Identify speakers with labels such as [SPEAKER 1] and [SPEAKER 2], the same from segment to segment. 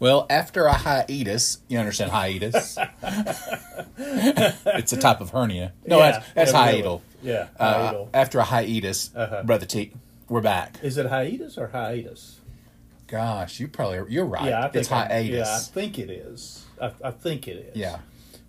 [SPEAKER 1] Well, after a hiatus, you understand hiatus. it's a type of hernia. No,
[SPEAKER 2] Yeah,
[SPEAKER 1] that's, that's
[SPEAKER 2] yeah,
[SPEAKER 1] hiatal.
[SPEAKER 2] Yeah,
[SPEAKER 1] Uh,
[SPEAKER 2] hiatal. Uh-huh.
[SPEAKER 1] after a hiatus, brother T, we're back.
[SPEAKER 2] Is it hiatus or hiatus?
[SPEAKER 1] Gosh, you probably you're right.
[SPEAKER 2] Yeah, I think
[SPEAKER 1] it's hiatus.
[SPEAKER 2] Yeah, I think it is. I, I think it is.
[SPEAKER 1] Yeah.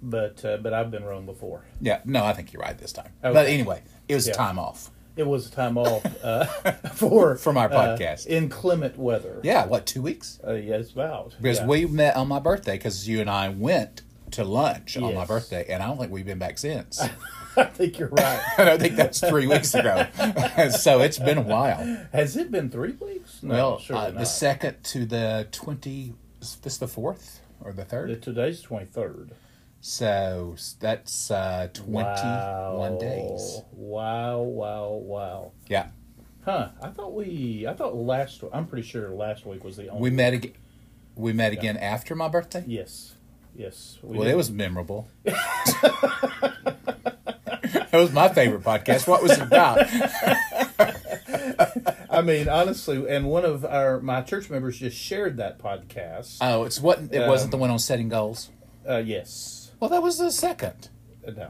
[SPEAKER 2] But uh, but I've been wrong before.
[SPEAKER 1] Yeah, no, I think you're right this time.
[SPEAKER 2] Okay.
[SPEAKER 1] But anyway, it was
[SPEAKER 2] Yeah.
[SPEAKER 1] a time off.
[SPEAKER 2] It was a time off uh, for
[SPEAKER 1] From our
[SPEAKER 2] uh,
[SPEAKER 1] podcast.
[SPEAKER 2] inclement weather.
[SPEAKER 1] Yeah, what two weeks?
[SPEAKER 2] Uh, yeah, it's about
[SPEAKER 1] Because
[SPEAKER 2] yeah.
[SPEAKER 1] we met on my birthday because you and I went to lunch on my
[SPEAKER 2] Yes.
[SPEAKER 1] birthday, and I don't think we've been back since.
[SPEAKER 2] I think you're right.
[SPEAKER 1] I don't think that's three weeks ago. so it's been a while.
[SPEAKER 2] Has it been three weeks? No,
[SPEAKER 1] Well,
[SPEAKER 2] surely
[SPEAKER 1] uh,
[SPEAKER 2] not.
[SPEAKER 1] the second to the twenty. Is this the fourth or the
[SPEAKER 2] Uh,
[SPEAKER 1] third?
[SPEAKER 2] Today's twenty third.
[SPEAKER 1] So s- that's uh, twenty-one
[SPEAKER 2] wow.
[SPEAKER 1] days.
[SPEAKER 2] Wow! Wow! Wow!
[SPEAKER 1] Yeah,
[SPEAKER 2] Huh? I thought we. I thought last. I'm pretty sure last week was the only.
[SPEAKER 1] we met again. We met again after my birthday.
[SPEAKER 2] Yes. Yes. We
[SPEAKER 1] Well,
[SPEAKER 2] did.
[SPEAKER 1] it was memorable. that was my favorite podcast. What was it about?
[SPEAKER 2] I mean, honestly, and one of our my church members just shared that podcast.
[SPEAKER 1] Oh, it's what it wasn't
[SPEAKER 2] Um,
[SPEAKER 1] the one on setting goals.
[SPEAKER 2] Uh, yes.
[SPEAKER 1] Well, that was the second.
[SPEAKER 2] Uh, No.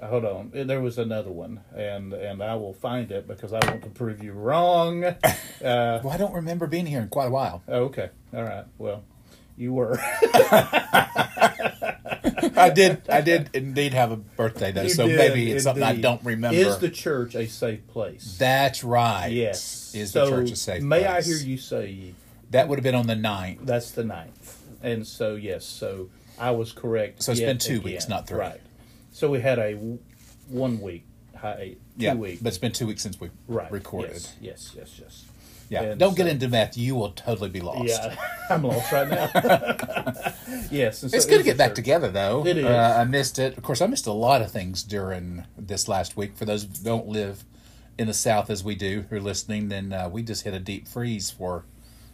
[SPEAKER 2] Uh, Hold on. Uh, There was another one, and and I will find it because I want to prove you wrong. Uh,
[SPEAKER 1] Well, I don't remember being here in quite a while.
[SPEAKER 2] okay. All right. Well, you were.
[SPEAKER 1] I did. I did indeed have a birthday though,
[SPEAKER 2] You
[SPEAKER 1] so
[SPEAKER 2] did,
[SPEAKER 1] maybe it's something I
[SPEAKER 2] indeed.
[SPEAKER 1] don't remember.
[SPEAKER 2] Is the church a safe place?
[SPEAKER 1] That's right.
[SPEAKER 2] yes.
[SPEAKER 1] is
[SPEAKER 2] So
[SPEAKER 1] the church a safe?
[SPEAKER 2] May
[SPEAKER 1] place?
[SPEAKER 2] I hear you say
[SPEAKER 1] That would have been on the 9th.
[SPEAKER 2] that's the ninth? And so yes, so I was correct.
[SPEAKER 1] So it's
[SPEAKER 2] yet
[SPEAKER 1] been two
[SPEAKER 2] again.
[SPEAKER 1] weeks, not three.
[SPEAKER 2] Right. So we had a w- one week, hi- two
[SPEAKER 1] Yeah,
[SPEAKER 2] week
[SPEAKER 1] but it's been two weeks since we
[SPEAKER 2] right
[SPEAKER 1] recorded.
[SPEAKER 2] Yes, yes, yes. yes.
[SPEAKER 1] Yeah,
[SPEAKER 2] And
[SPEAKER 1] don't get
[SPEAKER 2] so-
[SPEAKER 1] into math. You will totally be lost.
[SPEAKER 2] Yeah, I'm lost right now. yes, and so
[SPEAKER 1] It's good to
[SPEAKER 2] is
[SPEAKER 1] get
[SPEAKER 2] the
[SPEAKER 1] back
[SPEAKER 2] third.
[SPEAKER 1] together, though.
[SPEAKER 2] It is.
[SPEAKER 1] Uh, I missed it. Of course, I missed a lot of things during this last week. For those who don't live in the South as we do, who are listening, then uh, we just hit a deep freeze for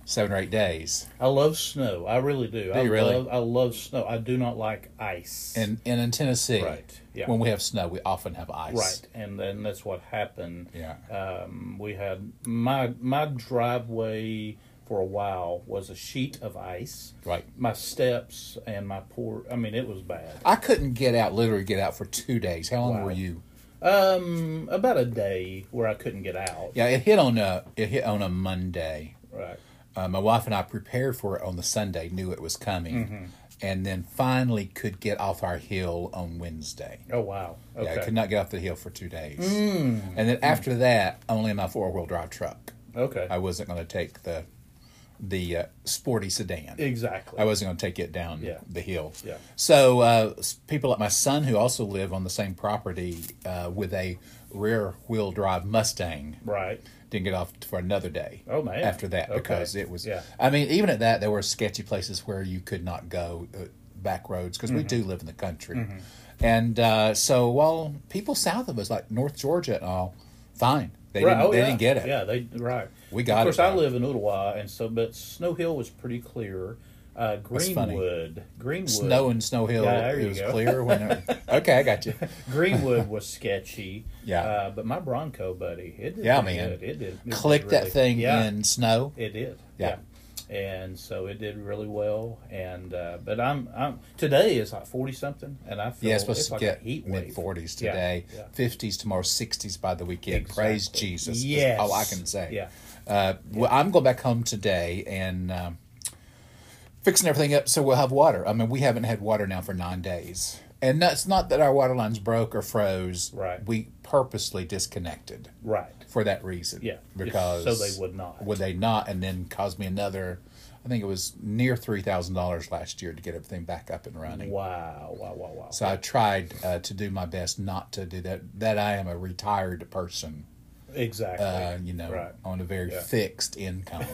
[SPEAKER 1] seven or eight days.
[SPEAKER 2] I love snow. I really do. I
[SPEAKER 1] you really?
[SPEAKER 2] Love, I love snow. I do not like ice.
[SPEAKER 1] And, and in Tennessee,
[SPEAKER 2] Right, yeah.
[SPEAKER 1] when we have snow, we often have ice.
[SPEAKER 2] right, and then that's what happened.
[SPEAKER 1] Yeah.
[SPEAKER 2] Um, we had my my driveway for a while was a sheet of ice.
[SPEAKER 1] Right.
[SPEAKER 2] My steps and my poor. I mean, it was bad.
[SPEAKER 1] I couldn't get out, literally get out for two days. How long
[SPEAKER 2] Wow.
[SPEAKER 1] were you?
[SPEAKER 2] Um, about a day where I couldn't get out.
[SPEAKER 1] Yeah, it hit on a it hit on a Monday.
[SPEAKER 2] Right.
[SPEAKER 1] Uh, my wife and I prepared for it on the Sunday, knew it was coming,
[SPEAKER 2] Mm-hmm.
[SPEAKER 1] and then finally could get off our hill on Wednesday.
[SPEAKER 2] Oh wow. Okay. Mm.
[SPEAKER 1] Yeah, I could not get off the hill for two days. And then after that, only my four wheel drive truck.
[SPEAKER 2] okay.
[SPEAKER 1] I wasn't going to take the the uh, sporty sedan.
[SPEAKER 2] exactly.
[SPEAKER 1] I wasn't going to take it down
[SPEAKER 2] Yeah.
[SPEAKER 1] the hill.
[SPEAKER 2] Yeah.
[SPEAKER 1] So uh, s- people like my son, who also live on the same property uh, with a rear wheel drive Mustang,
[SPEAKER 2] right.
[SPEAKER 1] didn't get off for another day.
[SPEAKER 2] Oh, man.
[SPEAKER 1] After that,
[SPEAKER 2] Okay.
[SPEAKER 1] because it was.
[SPEAKER 2] Yeah.
[SPEAKER 1] I mean, even at that, there were sketchy places where you could not go uh, back roads because we
[SPEAKER 2] Mm-hmm.
[SPEAKER 1] do live in the country, and uh, so while people south of us, like North Georgia and all, fine, they
[SPEAKER 2] Right.
[SPEAKER 1] didn't,
[SPEAKER 2] oh,
[SPEAKER 1] they
[SPEAKER 2] yeah.
[SPEAKER 1] didn't get it.
[SPEAKER 2] Yeah, they right.
[SPEAKER 1] We got
[SPEAKER 2] Of course,
[SPEAKER 1] it,
[SPEAKER 2] I
[SPEAKER 1] though.
[SPEAKER 2] live in Ottawa, and so but Snow Hill was pretty clear. Uh,
[SPEAKER 1] funny.
[SPEAKER 2] Greenwood, Greenwood,
[SPEAKER 1] Snow and Snow Hill,
[SPEAKER 2] Yeah, there
[SPEAKER 1] it
[SPEAKER 2] you
[SPEAKER 1] was
[SPEAKER 2] go.
[SPEAKER 1] clear when. it- okay, I got you.
[SPEAKER 2] Greenwood was sketchy.
[SPEAKER 1] Yeah.
[SPEAKER 2] uh, but my Bronco buddy, it did.
[SPEAKER 1] Yeah,
[SPEAKER 2] pretty
[SPEAKER 1] man.
[SPEAKER 2] good. it did. it did
[SPEAKER 1] Click
[SPEAKER 2] really-
[SPEAKER 1] that thing
[SPEAKER 2] yeah,
[SPEAKER 1] in snow.
[SPEAKER 2] It did.
[SPEAKER 1] Yeah.
[SPEAKER 2] Yeah. And so it did really well, and uh, but I'm I'm today is like forty something, and I feel
[SPEAKER 1] Yeah, it's supposed
[SPEAKER 2] it's
[SPEAKER 1] to
[SPEAKER 2] like a
[SPEAKER 1] get
[SPEAKER 2] heat
[SPEAKER 1] mid
[SPEAKER 2] wave.
[SPEAKER 1] forties
[SPEAKER 2] Yeah,
[SPEAKER 1] today,
[SPEAKER 2] yeah.
[SPEAKER 1] fifties tomorrow, sixties by the weekend. Praise
[SPEAKER 2] Exactly.
[SPEAKER 1] Jesus! is
[SPEAKER 2] Yes.
[SPEAKER 1] all I can say.
[SPEAKER 2] Yeah.
[SPEAKER 1] Uh, Well, I'm going back home today and um, fixing everything up so we'll have water. I mean, we haven't had water now for nine days, and that's not that our water lines broke or froze.
[SPEAKER 2] Right.
[SPEAKER 1] We purposely disconnected
[SPEAKER 2] Right.
[SPEAKER 1] for that reason.
[SPEAKER 2] Yeah, just
[SPEAKER 1] Because
[SPEAKER 2] so they would not.
[SPEAKER 1] Would they not? And then caused me another. I think it was near three thousand dollars last year to get everything back up and running.
[SPEAKER 2] Wow. Wow. Wow. Wow.
[SPEAKER 1] So I tried uh, to do my best not to do that. That I am a retired person,
[SPEAKER 2] exactly.
[SPEAKER 1] uh, you know,
[SPEAKER 2] Oh, Right.
[SPEAKER 1] on a very
[SPEAKER 2] Yeah.
[SPEAKER 1] fixed income.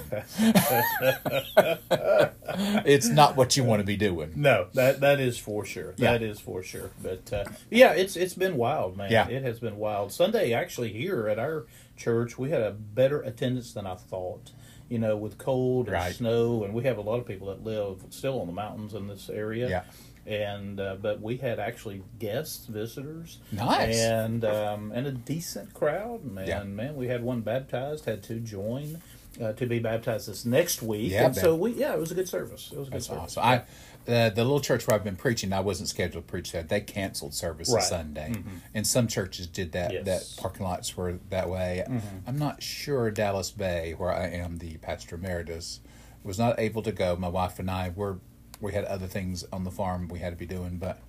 [SPEAKER 1] it's not what you want to be doing.
[SPEAKER 2] No, that that is for sure.
[SPEAKER 1] Yeah.
[SPEAKER 2] That is for sure. But uh, yeah, it's it's been wild, man.
[SPEAKER 1] Yeah.
[SPEAKER 2] it has been wild. Sunday actually here at our church, we had a better attendance than I thought. You know, with cold and
[SPEAKER 1] Right.
[SPEAKER 2] snow, and we have a lot of people that live still on the mountains in this area.
[SPEAKER 1] Yeah.
[SPEAKER 2] And uh, but we had actually guests, visitors,
[SPEAKER 1] Nice.
[SPEAKER 2] and um, and a decent crowd, man.
[SPEAKER 1] Yeah.
[SPEAKER 2] Man, we had one baptized, had two join, uh, to be baptized this next week.
[SPEAKER 1] Yeah,
[SPEAKER 2] and so
[SPEAKER 1] Ben.
[SPEAKER 2] we yeah, it was a good service. It was a good
[SPEAKER 1] That's
[SPEAKER 2] service.
[SPEAKER 1] awesome. I, uh, the little church where I've been preaching, I wasn't scheduled to preach that. They canceled service on
[SPEAKER 2] Right. Mm-hmm.
[SPEAKER 1] Sunday, and some churches did that.
[SPEAKER 2] Yes.
[SPEAKER 1] That parking lots were that way. I'm not sure Dallas Bay, where I am the pastor emeritus, was not able to go. My wife and I were we had other things on the farm we had to be doing, but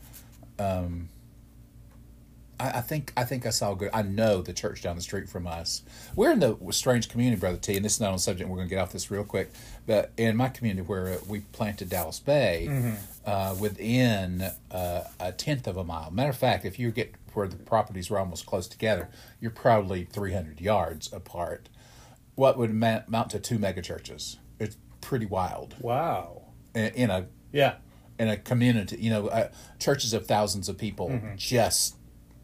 [SPEAKER 1] um, I, I think I think I saw good. I know the church down the street from us. We're in the strange community, brother T, and this is not on subject. We're going to get off this real quick, but in my community where we planted Dallas Bay, uh, within uh, a tenth of a mile. Matter of fact, if you get where the properties were almost close together, you're probably 300 yards apart. What would ma- amount to two mega churches? It's pretty wild
[SPEAKER 2] Wow.
[SPEAKER 1] in, in a
[SPEAKER 2] Yeah.
[SPEAKER 1] in a community. You know, uh, churches of thousands of people
[SPEAKER 2] Mm-hmm.
[SPEAKER 1] just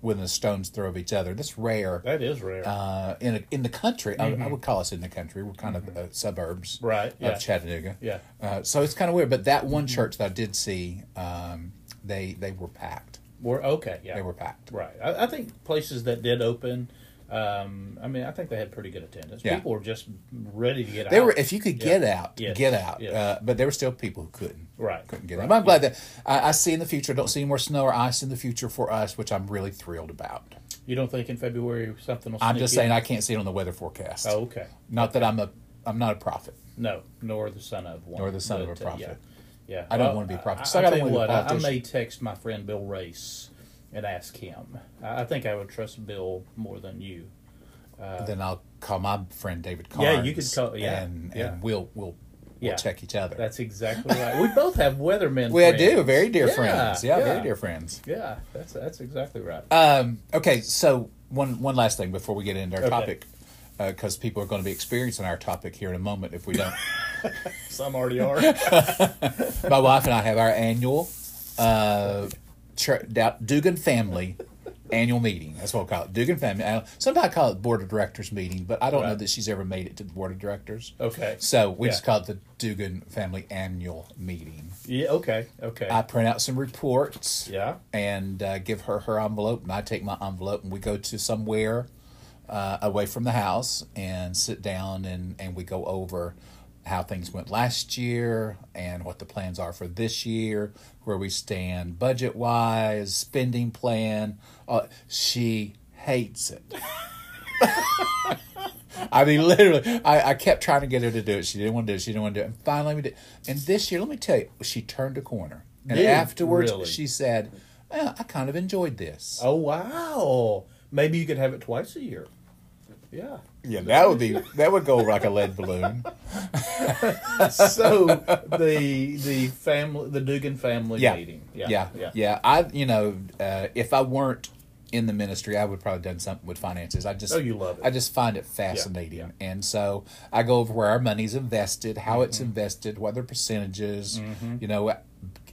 [SPEAKER 1] within a stone's throw of each other. That's rare
[SPEAKER 2] That is rare.
[SPEAKER 1] uh, in a, in the country. I, I would call us in the country. We're kind of uh, suburbs,
[SPEAKER 2] Mm-hmm. Right, yeah.
[SPEAKER 1] of Chattanooga.
[SPEAKER 2] Yeah.
[SPEAKER 1] Uh, so it's kind of weird. But that one
[SPEAKER 2] Mm-hmm.
[SPEAKER 1] church that I did see, um, they they were packed.
[SPEAKER 2] We're okay. Yeah.
[SPEAKER 1] They were packed.
[SPEAKER 2] Right. I, I think places that did open, um, I mean, I think they had pretty good attendance.
[SPEAKER 1] Yeah.
[SPEAKER 2] People were just ready to get
[SPEAKER 1] They
[SPEAKER 2] out.
[SPEAKER 1] were. If you could get out,
[SPEAKER 2] Yes,
[SPEAKER 1] get out.
[SPEAKER 2] yes.
[SPEAKER 1] Uh, but there were still people who couldn't.
[SPEAKER 2] Right.
[SPEAKER 1] Couldn't get
[SPEAKER 2] Right.
[SPEAKER 1] out. But I'm glad that I, I see in the future. I don't see any more snow or ice in the future for us, which I'm really thrilled about.
[SPEAKER 2] You don't think in February something will
[SPEAKER 1] I'm
[SPEAKER 2] sneak
[SPEAKER 1] just
[SPEAKER 2] in?
[SPEAKER 1] saying I can't see it on the weather forecast.
[SPEAKER 2] Oh, okay.
[SPEAKER 1] Not that I'm a I'm not a prophet.
[SPEAKER 2] No, nor the son of one.
[SPEAKER 1] Nor the son of a
[SPEAKER 2] But, uh,
[SPEAKER 1] prophet.
[SPEAKER 2] yeah. yeah.
[SPEAKER 1] I don't wanna be a prophet. So I
[SPEAKER 2] I, I
[SPEAKER 1] gotta
[SPEAKER 2] tell you
[SPEAKER 1] wanna be a
[SPEAKER 2] what, I, I
[SPEAKER 1] politician.
[SPEAKER 2] may text my friend Bill Race and ask him. I, I think I would trust Bill more than you.
[SPEAKER 1] then I'll call my friend David Carnes.
[SPEAKER 2] Uh. Yeah, you could call- yeah,
[SPEAKER 1] and,
[SPEAKER 2] yeah.
[SPEAKER 1] and we'll we'll
[SPEAKER 2] Yeah.
[SPEAKER 1] we'll check each other.
[SPEAKER 2] That's exactly right. we both have weathermen.
[SPEAKER 1] we
[SPEAKER 2] friends.
[SPEAKER 1] do very dear
[SPEAKER 2] Yeah,
[SPEAKER 1] friends. Yeah,
[SPEAKER 2] yeah,
[SPEAKER 1] very dear friends.
[SPEAKER 2] Yeah, that's that's exactly right.
[SPEAKER 1] Um, okay, so one one last thing before we get into our
[SPEAKER 2] Okay.
[SPEAKER 1] topic, because people are going to be experiencing our topic here in a moment if we don't.
[SPEAKER 2] Some already are.
[SPEAKER 1] my wife and I have our annual uh, chur- Da- Dugan family annual meeting. That's what I call it. Dugan family. Uh, Sometimes I call it board of directors meeting, but I don't know
[SPEAKER 2] Right.
[SPEAKER 1] that she's ever made it to the board of directors.
[SPEAKER 2] Okay.
[SPEAKER 1] So we
[SPEAKER 2] Yeah.
[SPEAKER 1] just call it the Dugan family annual meeting.
[SPEAKER 2] yeah. Okay. Okay.
[SPEAKER 1] I print out some reports.
[SPEAKER 2] yeah.
[SPEAKER 1] And uh, give her her envelope, and I take my envelope, and we go to somewhere uh, away from the house and sit down, and, and we go over how things went last year and what the plans are for this year, where we stand budget wise, spending plan. Uh, she hates it. I mean, literally, I, I kept trying to get her to do it. She didn't want to do it. She didn't want to do it. And finally, we did. And this year, let me tell you, she turned a corner. And
[SPEAKER 2] Did-
[SPEAKER 1] afterwards,
[SPEAKER 2] really?
[SPEAKER 1] she said, "Eh, I kind of enjoyed this.
[SPEAKER 2] Oh wow. Maybe you could have it twice a year. Yeah.
[SPEAKER 1] Yeah, that would be, that would go over like a lead balloon.
[SPEAKER 2] so the the family the Dugan family
[SPEAKER 1] Yeah.
[SPEAKER 2] meeting.
[SPEAKER 1] Yeah. Yeah. I, you know, uh, if I weren't in the ministry, I would probably done something with finances. I just,
[SPEAKER 2] Oh, you love it.
[SPEAKER 1] I just find it fascinating.
[SPEAKER 2] yeah.
[SPEAKER 1] And so I go over where our money's invested, how
[SPEAKER 2] Mm-hmm.
[SPEAKER 1] it's invested, what the percentages, you know,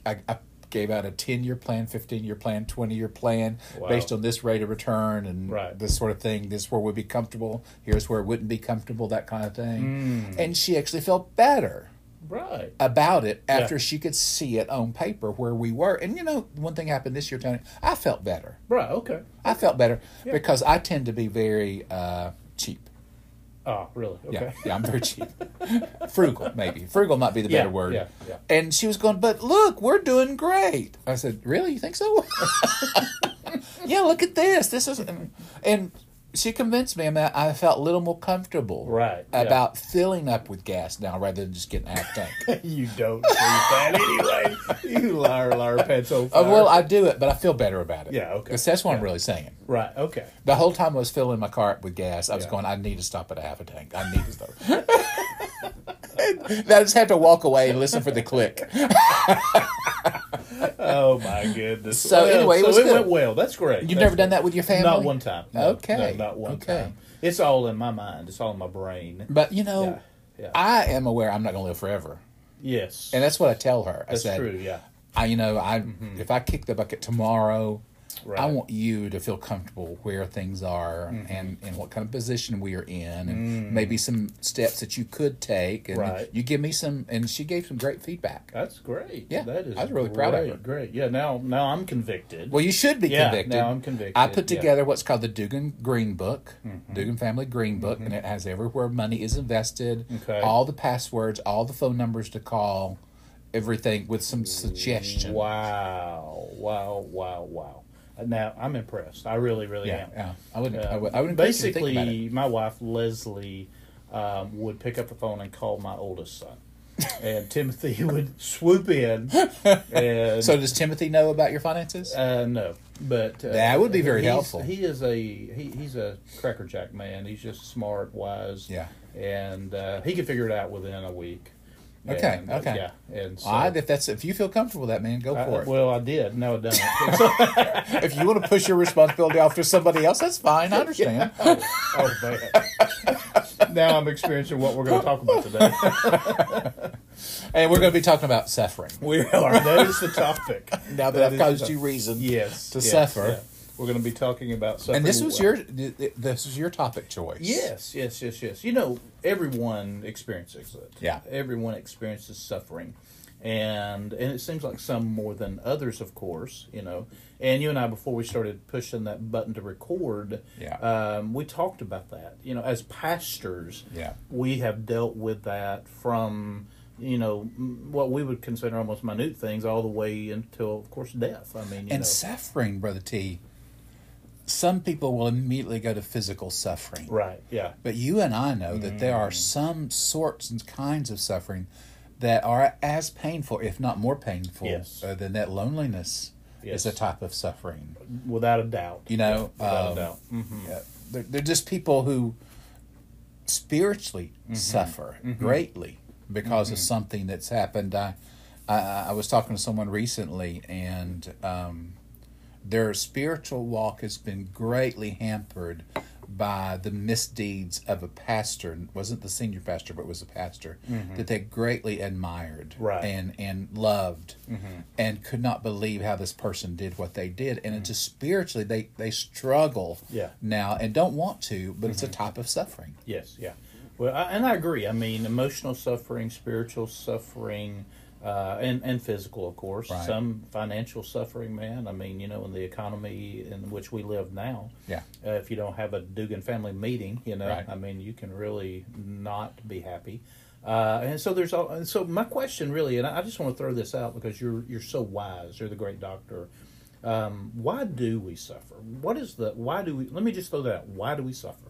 [SPEAKER 1] I, I gave out a 10 year plan, 15 year plan, 20 year plan
[SPEAKER 2] Wow.
[SPEAKER 1] based on this rate of return and
[SPEAKER 2] Right.
[SPEAKER 1] this sort of thing. This is where we'd be comfortable. Here's where it wouldn't be comfortable, that kind of thing.
[SPEAKER 2] Mm.
[SPEAKER 1] And she actually felt better
[SPEAKER 2] Right.
[SPEAKER 1] about it after
[SPEAKER 2] Yeah.
[SPEAKER 1] she could see it on paper where we were. And you know, one thing happened this year, Tony. I felt better.
[SPEAKER 2] Right. Okay.
[SPEAKER 1] I felt better because I tend to be very uh, cheap.
[SPEAKER 2] Oh, really? Okay.
[SPEAKER 1] Yeah, yeah, I'm very cheap. Frugal, maybe. Frugal might be the
[SPEAKER 2] Yeah,
[SPEAKER 1] better word.
[SPEAKER 2] yeah, yeah.
[SPEAKER 1] And she was going, but look, we're doing great. I said, really? You think so? yeah, look at this. This is, and she convinced me. I mean, I felt a little more comfortable,
[SPEAKER 2] Right, yeah.
[SPEAKER 1] about filling up with gas now rather than just getting a half tank.
[SPEAKER 2] You don't do that anyway. You liar, liar, pants on
[SPEAKER 1] Uh,
[SPEAKER 2] fire.
[SPEAKER 1] well, I do it, but I feel better about it.
[SPEAKER 2] Yeah, okay.
[SPEAKER 1] 'Cause that's what I'm really saying.
[SPEAKER 2] right. Okay.
[SPEAKER 1] The whole time I was filling my car up with gas, I was
[SPEAKER 2] Yeah.
[SPEAKER 1] going, I need to stop at a half a tank. I need to stop. And I just had to walk away and listen for the click.
[SPEAKER 2] Oh my goodness.
[SPEAKER 1] So anyway, it
[SPEAKER 2] so
[SPEAKER 1] was
[SPEAKER 2] it
[SPEAKER 1] good.
[SPEAKER 2] went well. That's great.
[SPEAKER 1] You've
[SPEAKER 2] That's
[SPEAKER 1] never done
[SPEAKER 2] great.
[SPEAKER 1] that with your family?
[SPEAKER 2] Not one time. No,
[SPEAKER 1] Okay.
[SPEAKER 2] no, not one
[SPEAKER 1] Okay.
[SPEAKER 2] time. It's all in my mind. It's all in my brain.
[SPEAKER 1] But, you know,
[SPEAKER 2] Yeah, yeah.
[SPEAKER 1] I am aware I'm not going to live forever.
[SPEAKER 2] Yes.
[SPEAKER 1] And that's what I tell her. I
[SPEAKER 2] that's
[SPEAKER 1] said,
[SPEAKER 2] true. Yeah.
[SPEAKER 1] I, you know, I if I kick the bucket tomorrow,
[SPEAKER 2] Right. Mm-hmm.
[SPEAKER 1] I want you to feel comfortable where things are and, and what kind of position we are in, and maybe some steps that you could take. And
[SPEAKER 2] Mm. Right.
[SPEAKER 1] you give me some, and she gave some great feedback.
[SPEAKER 2] That's great.
[SPEAKER 1] Yeah,
[SPEAKER 2] that is.
[SPEAKER 1] I was really proud of
[SPEAKER 2] great,
[SPEAKER 1] her.
[SPEAKER 2] Great. Yeah. Now, now I'm convicted.
[SPEAKER 1] Well, you should be
[SPEAKER 2] Yeah,
[SPEAKER 1] convicted.
[SPEAKER 2] now I'm convicted,
[SPEAKER 1] I put
[SPEAKER 2] yeah. Mm-hmm.
[SPEAKER 1] together what's called the Dugan Green Book, Dugan Family Green Book, and it has everywhere money is invested,
[SPEAKER 2] Okay.
[SPEAKER 1] all the passwords, all the phone numbers to call, everything with some suggestions.
[SPEAKER 2] wow! Wow! Wow! Wow! Now I'm impressed. I really, really
[SPEAKER 1] Yeah,
[SPEAKER 2] am.
[SPEAKER 1] yeah. I wouldn't.
[SPEAKER 2] Yeah.
[SPEAKER 1] I would. I would encourage you to think about it.
[SPEAKER 2] Basically, my wife Leslie um, would pick up the phone and call my oldest son, and Timothy would swoop in. And
[SPEAKER 1] So does Timothy know about your finances?
[SPEAKER 2] uh, no, but uh,
[SPEAKER 1] That would be very
[SPEAKER 2] he's-
[SPEAKER 1] helpful.
[SPEAKER 2] He is a he, he's a crackerjack man. He's just smart, wise.
[SPEAKER 1] Yeah.
[SPEAKER 2] and uh, he could figure it out within a week.
[SPEAKER 1] Okay,
[SPEAKER 2] And, uh,
[SPEAKER 1] okay.
[SPEAKER 2] Yeah, and so.
[SPEAKER 1] I, if that's if you feel comfortable with that, man, go
[SPEAKER 2] I-
[SPEAKER 1] for it.
[SPEAKER 2] well, I did. No, I don't.
[SPEAKER 1] if you want to push your responsibility off to somebody else, that's fine. I understand.
[SPEAKER 2] Oh, man. now I'm experiencing what we're going to talk about today.
[SPEAKER 1] And we're going to be talking about suffering.
[SPEAKER 2] We are. That is the topic.
[SPEAKER 1] Now that, I've
[SPEAKER 2] is
[SPEAKER 1] caused
[SPEAKER 2] the-
[SPEAKER 1] you reason
[SPEAKER 2] yes
[SPEAKER 1] to
[SPEAKER 2] yes,
[SPEAKER 1] suffer.
[SPEAKER 2] yeah. We're going to be talking about suffering.
[SPEAKER 1] And this was
[SPEAKER 2] Well,
[SPEAKER 1] your th- th- this was your topic choice.
[SPEAKER 2] Yes, yes, yes, yes. You know, everyone experiences it.
[SPEAKER 1] Yeah.
[SPEAKER 2] Everyone experiences suffering. And and it seems like some more than others, of course, you know. And you and I before we started pushing that button to record,
[SPEAKER 1] Yeah.
[SPEAKER 2] um, we talked about that. You know, as pastors,
[SPEAKER 1] Yeah.
[SPEAKER 2] we have dealt with that from you know m- what we would consider almost minute things all the way until, of course, death. I mean, you
[SPEAKER 1] And
[SPEAKER 2] know,
[SPEAKER 1] suffering, brother T. Some people will immediately go to physical suffering.
[SPEAKER 2] right? Mm. Yeah,
[SPEAKER 1] But you and I know that there are some sorts and kinds of suffering that are as painful, if not more painful,
[SPEAKER 2] Yes.
[SPEAKER 1] uh, than that loneliness is
[SPEAKER 2] Yes.
[SPEAKER 1] a type of suffering.
[SPEAKER 2] without a doubt.
[SPEAKER 1] You know,
[SPEAKER 2] without
[SPEAKER 1] um,
[SPEAKER 2] a doubt.
[SPEAKER 1] yeah, they're, they're just people who spiritually suffer greatly because of something that's happened. I, I I was talking to someone recently, and um, their spiritual walk has been greatly hampered by the misdeeds of a pastor. It wasn't the senior pastor, but it was a pastor that they greatly admired
[SPEAKER 2] Right.
[SPEAKER 1] and and loved, and could not believe how this person did what they did. And it just spiritually, they they struggle
[SPEAKER 2] Yeah.
[SPEAKER 1] now and don't want to, but it's a type of suffering.
[SPEAKER 2] Yes, yeah. Well, I, and I agree. I mean, emotional suffering, spiritual suffering, uh, and and physical, of course.
[SPEAKER 1] Right.
[SPEAKER 2] Some financial suffering, man. I mean, you know, in the economy in which we live now.
[SPEAKER 1] Yeah.
[SPEAKER 2] Uh, if you don't have a Dugan family meeting, you know,
[SPEAKER 1] Right.
[SPEAKER 2] I mean, you can really not be happy. Uh, and so there's all. And so my question really, and I I just want to throw this out because you're you're so wise. You're the great doctor. Um, why do we suffer? What is the why do we? Let me just throw that out. Why do we suffer?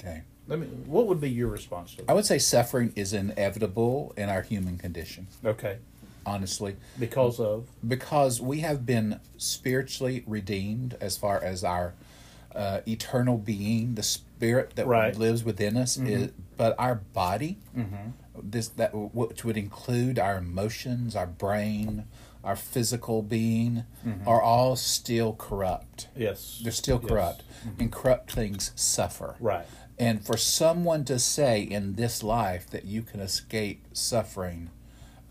[SPEAKER 1] Okay.
[SPEAKER 2] Let me. What would be your response to
[SPEAKER 1] I
[SPEAKER 2] that?
[SPEAKER 1] would say suffering is inevitable in our human condition,
[SPEAKER 2] Okay,
[SPEAKER 1] honestly.
[SPEAKER 2] because of
[SPEAKER 1] because we have been spiritually redeemed as far as our uh, eternal being, the spirit that
[SPEAKER 2] Right. Mm-hmm.
[SPEAKER 1] lives within us, is, but our body, this that which would include our emotions, our brain, our physical being, are all still corrupt.
[SPEAKER 2] yes,
[SPEAKER 1] They're still
[SPEAKER 2] Mm-hmm. Yes. Mm-hmm.
[SPEAKER 1] corrupt, and corrupt things suffer.
[SPEAKER 2] Right.
[SPEAKER 1] And for someone to say in this life that you can escape suffering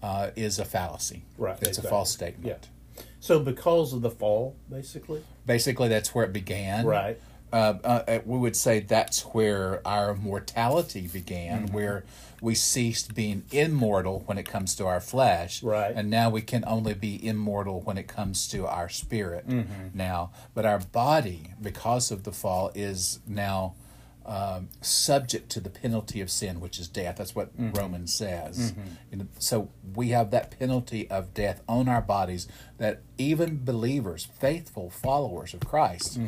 [SPEAKER 1] uh, is a fallacy.
[SPEAKER 2] Right,
[SPEAKER 1] It's
[SPEAKER 2] exactly.
[SPEAKER 1] a false statement.
[SPEAKER 2] Yeah. So because of the fall, basically.
[SPEAKER 1] Mm-hmm. Basically, that's where it began.
[SPEAKER 2] Right.
[SPEAKER 1] Uh, uh, uh, we would say that's where our mortality began,
[SPEAKER 2] Mm-hmm.
[SPEAKER 1] where we ceased being immortal when it comes to our flesh.
[SPEAKER 2] Right.
[SPEAKER 1] And now we can only be immortal when it comes to our spirit
[SPEAKER 2] Mm-hmm.
[SPEAKER 1] now. But our body, because of the fall, is now um, subject to the penalty of sin, which is death. That's what
[SPEAKER 2] Mm-hmm.
[SPEAKER 1] Romans says. And so we have that penalty of death on our bodies that even believers, faithful followers of Christ,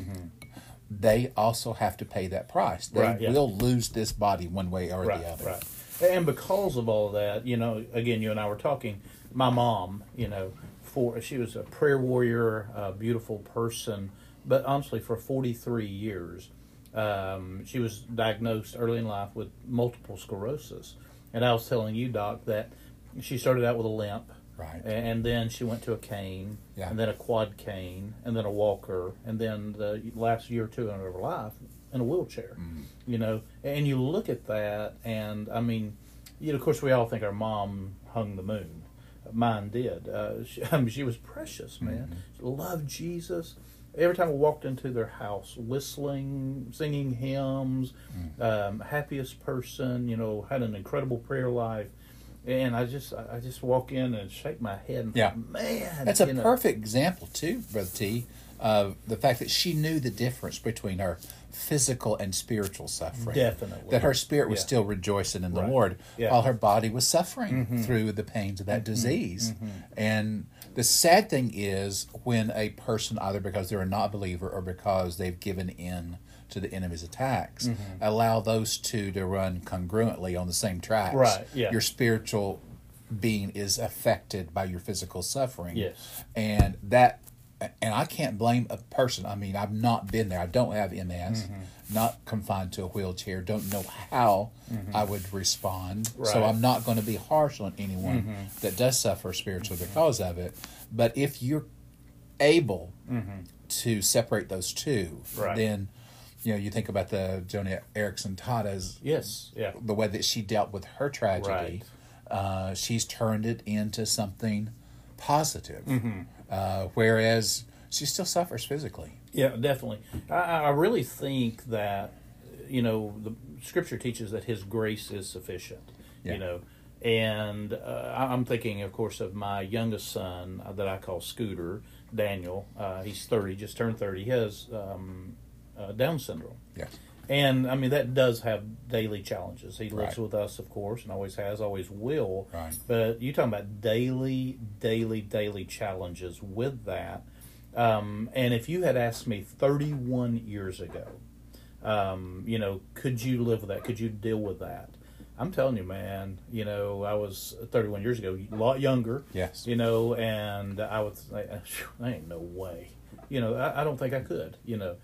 [SPEAKER 1] they also have to pay that price. They
[SPEAKER 2] Mm-hmm. Right, yeah.
[SPEAKER 1] will lose this body one way or
[SPEAKER 2] Right.
[SPEAKER 1] the other.
[SPEAKER 2] Right. And because of all that, you know, again, you and I were talking. My mom, you know, for she was a prayer warrior, a beautiful person, but honestly, for forty three years, um, she was diagnosed early in life with multiple sclerosis. And I was telling you, Doc, that she started out with a limp.
[SPEAKER 1] Right.
[SPEAKER 2] A- and then she went to a cane,
[SPEAKER 1] Yeah.
[SPEAKER 2] and then a quad cane, and then a walker, and then the last year or two in her life in a wheelchair.
[SPEAKER 1] Mm-hmm.
[SPEAKER 2] You know, and you look at that, and I mean, you know, of course, we all think our mom hung the
[SPEAKER 1] Mm-hmm.
[SPEAKER 2] moon. Mine did. Uh, she, I mean, she was precious, man. She loved Jesus, every time we walked into their house, whistling, singing hymns,
[SPEAKER 1] Mm.
[SPEAKER 2] um, happiest person, you know, had an incredible prayer life. And I just, I I just walk in and shake my head. And
[SPEAKER 1] Yeah.
[SPEAKER 2] man,
[SPEAKER 1] That's a
[SPEAKER 2] you know,
[SPEAKER 1] perfect example too, Brother T, of the fact that she knew the difference between her physical and spiritual suffering.
[SPEAKER 2] Definitely.
[SPEAKER 1] That her spirit was
[SPEAKER 2] Yeah.
[SPEAKER 1] still rejoicing in the
[SPEAKER 2] Right.
[SPEAKER 1] Lord
[SPEAKER 2] Yeah. Mm-hmm.
[SPEAKER 1] while her body was suffering through the pains of that disease. And the sad thing is when a person either because they're a not believer or because they've given in to the enemy's attacks,
[SPEAKER 2] Mm-hmm.
[SPEAKER 1] allow those two to run congruently on the same tracks.
[SPEAKER 2] Right, yeah.
[SPEAKER 1] Your spiritual being is affected by your physical suffering.
[SPEAKER 2] Yes.
[SPEAKER 1] And that, and I can't blame a person. I mean, I've not been there. I don't have MS,
[SPEAKER 2] Mm-hmm.
[SPEAKER 1] not confined to a wheelchair, don't know how I would respond. So
[SPEAKER 2] Mm-hmm. Right. Mm-hmm.
[SPEAKER 1] I'm not going to be harsh on anyone that does suffer spiritually because of it. But if you're able to separate those two,
[SPEAKER 2] Mm-hmm. Right.
[SPEAKER 1] then, you know, you think about the Joni Erickson Tata's
[SPEAKER 2] Yes, yeah,
[SPEAKER 1] the way that she dealt with her tragedy,
[SPEAKER 2] Right.
[SPEAKER 1] uh, she's turned it into something positive.
[SPEAKER 2] Mm-hmm.
[SPEAKER 1] Uh, whereas she still suffers physically.
[SPEAKER 2] yeah, definitely. I, I I really think that you know the Scripture teaches that His grace is sufficient.
[SPEAKER 1] Yeah.
[SPEAKER 2] You know, and uh, I- I'm thinking, of course, of my youngest son uh, that I call Scooter Daniel. Uh, he's 30, just turned 30. He has um, uh, Down syndrome.
[SPEAKER 1] Yeah.
[SPEAKER 2] And I mean that does have daily challenges. He
[SPEAKER 1] Right.
[SPEAKER 2] lives with us, of course, and always has, always will.
[SPEAKER 1] Right.
[SPEAKER 2] But you talking about daily, daily, daily challenges with that. Um, and if you had asked me 31 years ago, um, you know, could you live with that? Could you deal with that? I'm telling you, man. You know, I was 31 years ago, a lot younger.
[SPEAKER 1] Yes.
[SPEAKER 2] You know, and I was like, "Phew, ain't no way. You know, I, I don't think I could. You know,